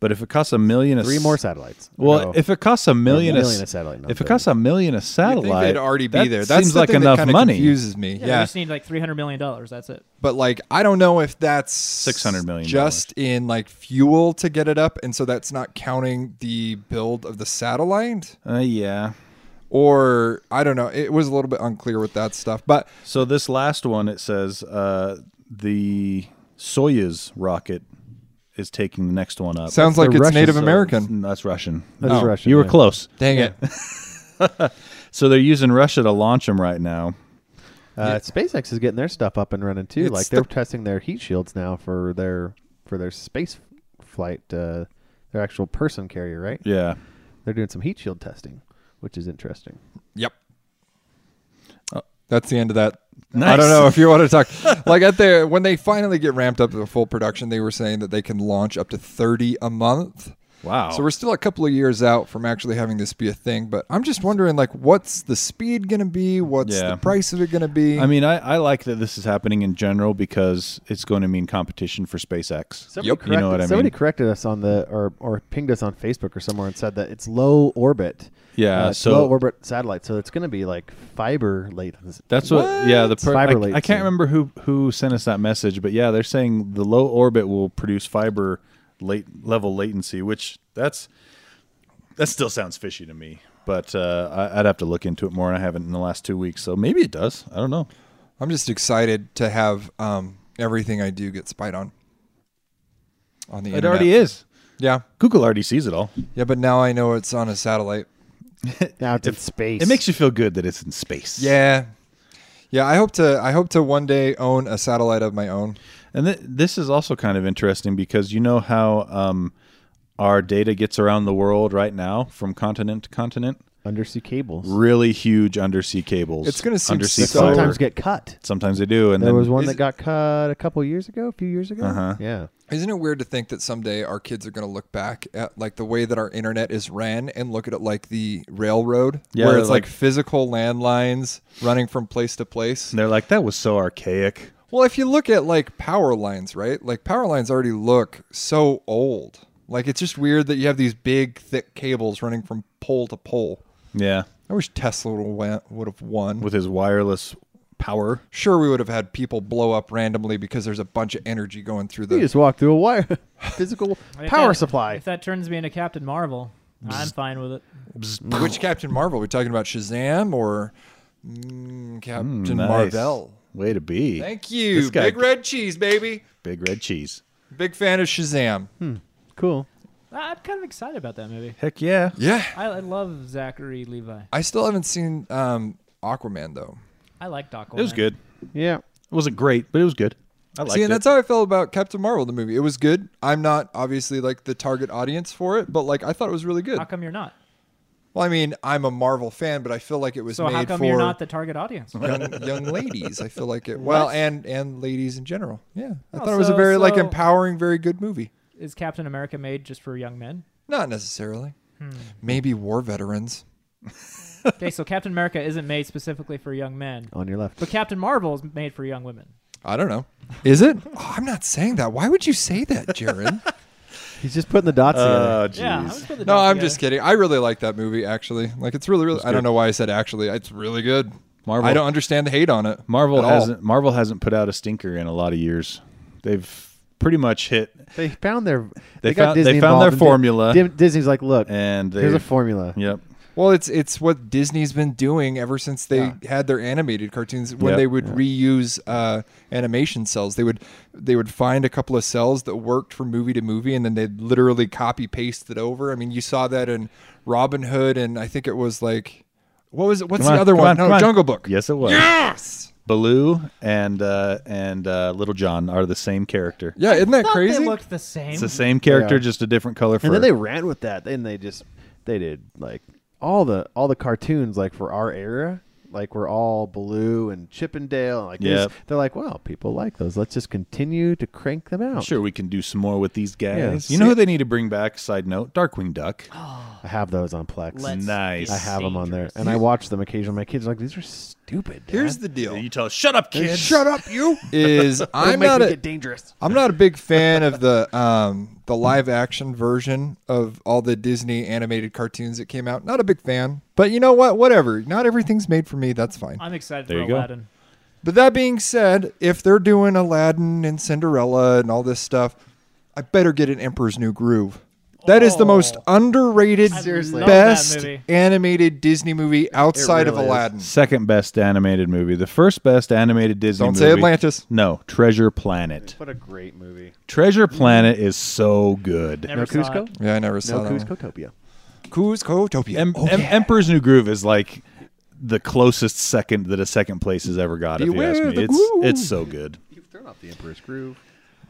But if it costs a million a three s- more satellites. Well, No. if it costs a million, million s- a satellite, not if it billion. costs a million a you'd satellite, think they'd already be that there. That's seems the like thing enough that kinda money. Confuses me. Yeah, Yeah, we just need like three hundred million dollars. That's it. but like I don't know if that's 600 million just in like fuel to get it up, and so that's not counting the build of the satellite. Uh, yeah. Or I don't know. It was a little bit unclear with that stuff, but So this last one, it says uh, the Soyuz rocket is taking Uh, the next one up. sounds like the it's Russians, Native So American. it's- That's Russian. That's Oh, Russian, You were yeah. close. Dang it! So they're using Russia to launch them right now. Uh, SpaceX is getting their stuff up and running too. It's like they're the- testing their heat shields now for their for their space flight, uh, their actual person carrier. Right? Yeah. They're doing some heat shield testing, which is interesting. Yep. Oh, That's the end of that. I Nice. don't know if you want to talk. like at the when they finally get ramped up to full production, they were saying that they can launch up to thirty a month. Wow. So we're still a couple of years out from actually having this be a thing, but I'm just wondering like what's the speed going to be? What's Yeah. the price of it going to be? I mean, I, I like that this is happening in general because it's going to mean competition for SpaceX. Somebody Yep. You know what I mean? Somebody corrected us on the or or pinged us on Facebook or somewhere and said that it's low orbit. Yeah, Uh, it's so- low orbit satellite, so it's going to be like fiber latency. That's what, yeah. The per- Fiber I, I latency. can't remember who who sent us that message, but yeah, they're saying the low orbit will produce fiber late level latency, which that's that still sounds fishy to me. But uh, I, I'd have to look into it more, and I haven't in the last two weeks, so maybe it does. I don't know. I'm just excited to have um, everything I do get spied on. On the It internet. already is. Yeah. Google already sees it all. Yeah, but now I know it's on a satellite. Now it's in space. It makes you feel good that it's in space. Yeah. Yeah, I hope to I hope to one day own a satellite of my own. And th- this is also kind of interesting because you know how um, our data gets around the world right now from continent to continent. undersea cables Really huge undersea cables. It's gonna seem undersea so- fiber. sometimes get cut. Sometimes they do, and There then was one Is that it- got cut a couple years ago, a few years ago. Uh-huh. Yeah. Isn't it weird to think that someday our kids are going to look back at like the way that our internet is ran and look at it like the railroad Yeah, where it's like- like physical landlines running from place to place? and they're like, "That was so archaic." Well, if you look at like power lines, right? Like power lines already look so old. Like it's just weird that you have these big, thick cables running from pole to pole. Yeah, I wish Tesla would have won. with his wireless power. sure, we would have had people blow up randomly because there's a bunch of energy going through You the. just walk through a wire, physical If power that- supply. If that turns me into Captain Marvel, I'm fine with it. Which Captain Marvel? Are we talking about Shazam or mm, Captain Nice. Marvel? Way to be. Thank you, This guy- big red cheese, baby. Big red cheese. Big fan of Shazam. Cool. I- I'm kind of excited about that movie. Heck yeah. Yeah, I, I love Zachary Levi. I still haven't seen um, Aquaman though. I like Doc. It was Oldman. good. Yeah. It wasn't great, but it was good. I liked See, and it. that's how I felt about Captain Marvel, the movie. It was good. I'm not obviously like the target audience for it, but like I thought it was really good. How come you're not? Well, I mean, I'm a Marvel fan, but I feel like it was So made how come for you're not the target audience? young, young ladies. I feel like it. Well, What? and and ladies in general. Yeah, I Well, thought it was a so- very like so- empowering, very good movie. Is Captain America made just for young men? Not necessarily. Hmm. Maybe war veterans. Okay, so Captain America isn't made specifically for young men, On your left. but Captain Marvel is made for young women. I don't know. Is it? Oh, I'm not saying that. Why would you say that, Jaron? He's just putting the dots Oh, together. jeez. Yeah, I was put the no, dots I'm together. just kidding. I really like that movie. Actually, like it's really, really. I don't know why I said actually. It's really good. Marvel- I don't understand the hate on it. Marvel at all. hasn't Marvel hasn't put out a stinker in a lot of years. They've pretty much hit They found their. They, They got found- they Disney found their involved and Di- formula. Dim- Disney's like, look, and they here's a formula. Yep. Well, it's it's what Disney's been doing ever since they Yeah. had their animated cartoons. When Yep. they would reuse uh, animation cells, they would they would find a couple of cells that worked from movie to movie, and then they'd literally copy paste it over. I mean, you saw that in Robin Hood, and I think it was like, what was it? What's Come the on, other come on, one? Oh, no, come on. Jungle Book. Yes, it was. Yes. Baloo and uh, and uh, Little John are the same character. Yeah, isn't that Thought crazy? They looked the same. It's the same character, Yeah. just a different color. Fur. And then they ran with that. Then they just they did like all the all the cartoons like for our era like we're all Blue and Chippendale. and, Like Yep. this. they're like, well, people like those. Let's just continue to crank them out. Sure, we can do some more with these guys. Yeah. you know who they need to bring back? Side note: Darkwing Duck. I have those on Plex. Let's nice. be I have them on there, dangerous. and I watch them occasionally. My kids are like, these are stupid. Dad. Here's the deal. you tell, shut up, kids. Shut up, you. Is They I'm make not me a, get dangerous. I'm not a big fan of the um, the live action version of all the Disney animated cartoons that came out. Not a big fan, but you know what? Whatever. Not everything's made for me. That's fine. I'm excited There for you go. Aladdin. But that being said, if they're doing Aladdin and Cinderella and all this stuff, I better get an Emperor's New Groove. That is the most Oh. underrated, I Seriously. love that best movie. animated Disney movie outside really of is. Aladdin. Second best animated movie. The first best animated Disney. Don't movie. say Atlantis. No, Treasure Planet. What a great movie. Treasure Planet is so good. Never no saw it. Cusco. Yeah, I never saw No that. one. Cuscotopia. Cuscotopia. Em- Oh, Em- yeah. Emperor's New Groove is like the closest second that a second place has ever got. Beware if you ask the me, it's groove. it's so good. You've thrown off the Emperor's Groove.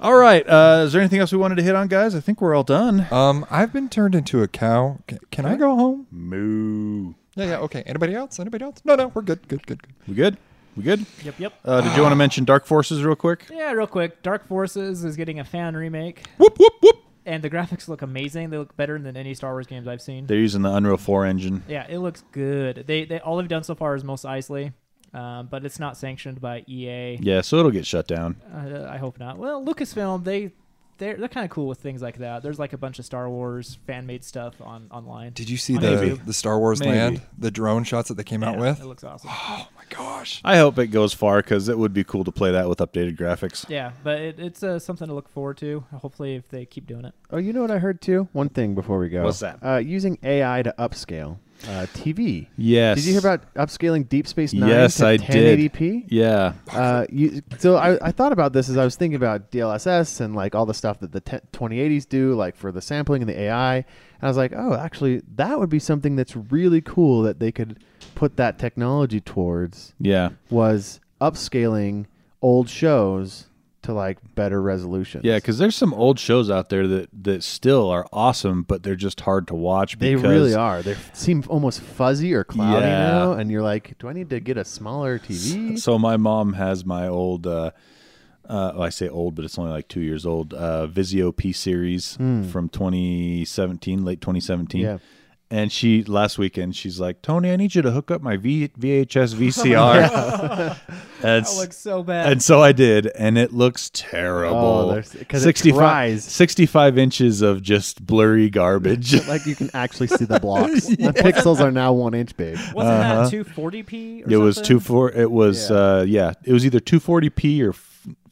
All right, uh, is there anything else we wanted to hit on, guys? I think we're all done. Um, I've been turned into a cow. Can, can I go home? Moo. Yeah, yeah. Okay. Anybody else? Anybody else? No, no. We're good. Good. Good. Good. We good? We good? Yep, yep. Uh, did you want to mention Dark Forces real quick? Yeah, real quick. Dark Forces is getting a fan remake, Whoop whoop whoop. and the graphics look amazing. They look better than any Star Wars games I've seen. They're using the Unreal 4 engine. yeah, it looks good. They, they all they've done so far is most Eisley, um, but it's not sanctioned by EA. Yeah, so it'll get shut down. Uh, I hope not. Well, Lucasfilm they they're, they're kind of cool with things like that. There's like a bunch of Star Wars fan made stuff on online. Did you see On the YouTube. the Star Wars Maybe. land? The drone shots that they came out Yeah, with. It looks awesome. Oh my gosh. I hope it goes far because it would be cool to play that with updated graphics. Yeah, but it, it's uh, something to look forward to. Hopefully, if they keep doing it. Oh, you know what I heard too? One thing before we go. What's that? Uh, using AI to upscale uh, TV. Yes. Did you hear about upscaling Deep Space Nine Yes, to I did. 1080p? Yeah. Uh, you, so I, I thought about this as I was thinking about DLSS and like all the stuff that the te- 2080s do, like for the sampling and the AI. And I was like, oh, actually, that would be something that's really cool that they could put that technology towards Yeah. was upscaling old shows to like better resolutions. Yeah, because there's some old shows out there that, that still are awesome, but they're just hard to watch. They Because really are. They seem almost fuzzy or cloudy Yeah. now, and you're like, "Do I need to get a smaller TV?" So my mom has my old, uh, uh, well, I say old, but it's only like two years old, uh, Vizio P series from 2017, late 2017. Hmm. Yeah. And she last weekend she's like, Tony, I need you to hook up my v- VHS VCR. and, That s- looks so bad. and so I did, and it looks terrible. Oh, there's- 'cause it tries. 65 inches of just blurry garbage. like you can actually see the blocks. The pixels are now one inch big. Wasn't that 240p? Or It was something? two four. It was Yeah. uh yeah. It was either two forty p or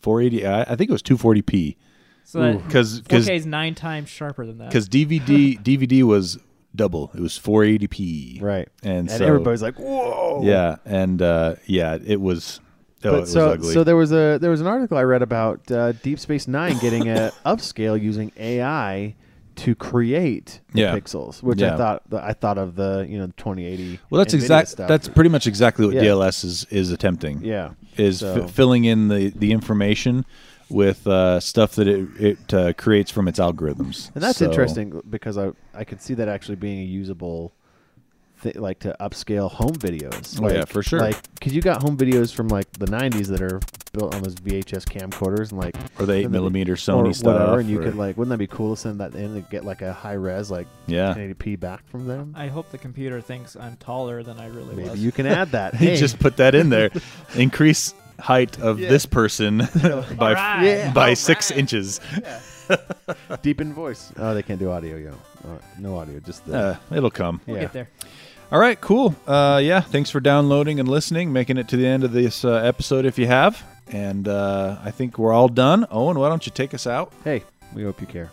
four eighty. I, I think it was two forty p So that because 4K is nine times sharper than that. because DVD DVD was double. It was four eighty p. Right. And, And so everybody's like, "Whoa!" yeah and uh yeah it was. Oh, But it so, was ugly. so there was a there was an article I read about uh, Deep Space Nine getting a upscale using AI to create the Yeah. pixels, which I Yeah. thought I thought of the you know 2080. well, that's NVIDIA exact. stuff. That's pretty much exactly what Yeah. DLS is is attempting. yeah. is So- f- filling in the the information with uh, stuff that it it uh, creates from its algorithms. And that's So- interesting because I I could see that actually being a usable, thi- like to upscale home videos. Oh, yeah, Like- for sure. Like because you got home videos from like the '90s that are built on those VHS camcorders and like Or the eight and then- millimeter or Sony stuff. whatever, and you or- could like wouldn't that be cool to send that in and get like a high res like Yeah. 1080p back from them? I hope the computer thinks I'm taller than I really Maybe was. you can add that. He hey, just put that in there. Increase height of this person by Alright. Yeah. by six inches. deep in voice. Oh, they can't do audio, yo. Uh, no audio, just the. Uh, it'll come. We'll yeah. get there. All right, cool. Uh, yeah, thanks for downloading and listening, making it to the end of this uh, episode if you have. And uh, I think we're all done. Owen, why don't you take us out? hey, we hope you care.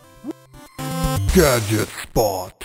Gadget Spot.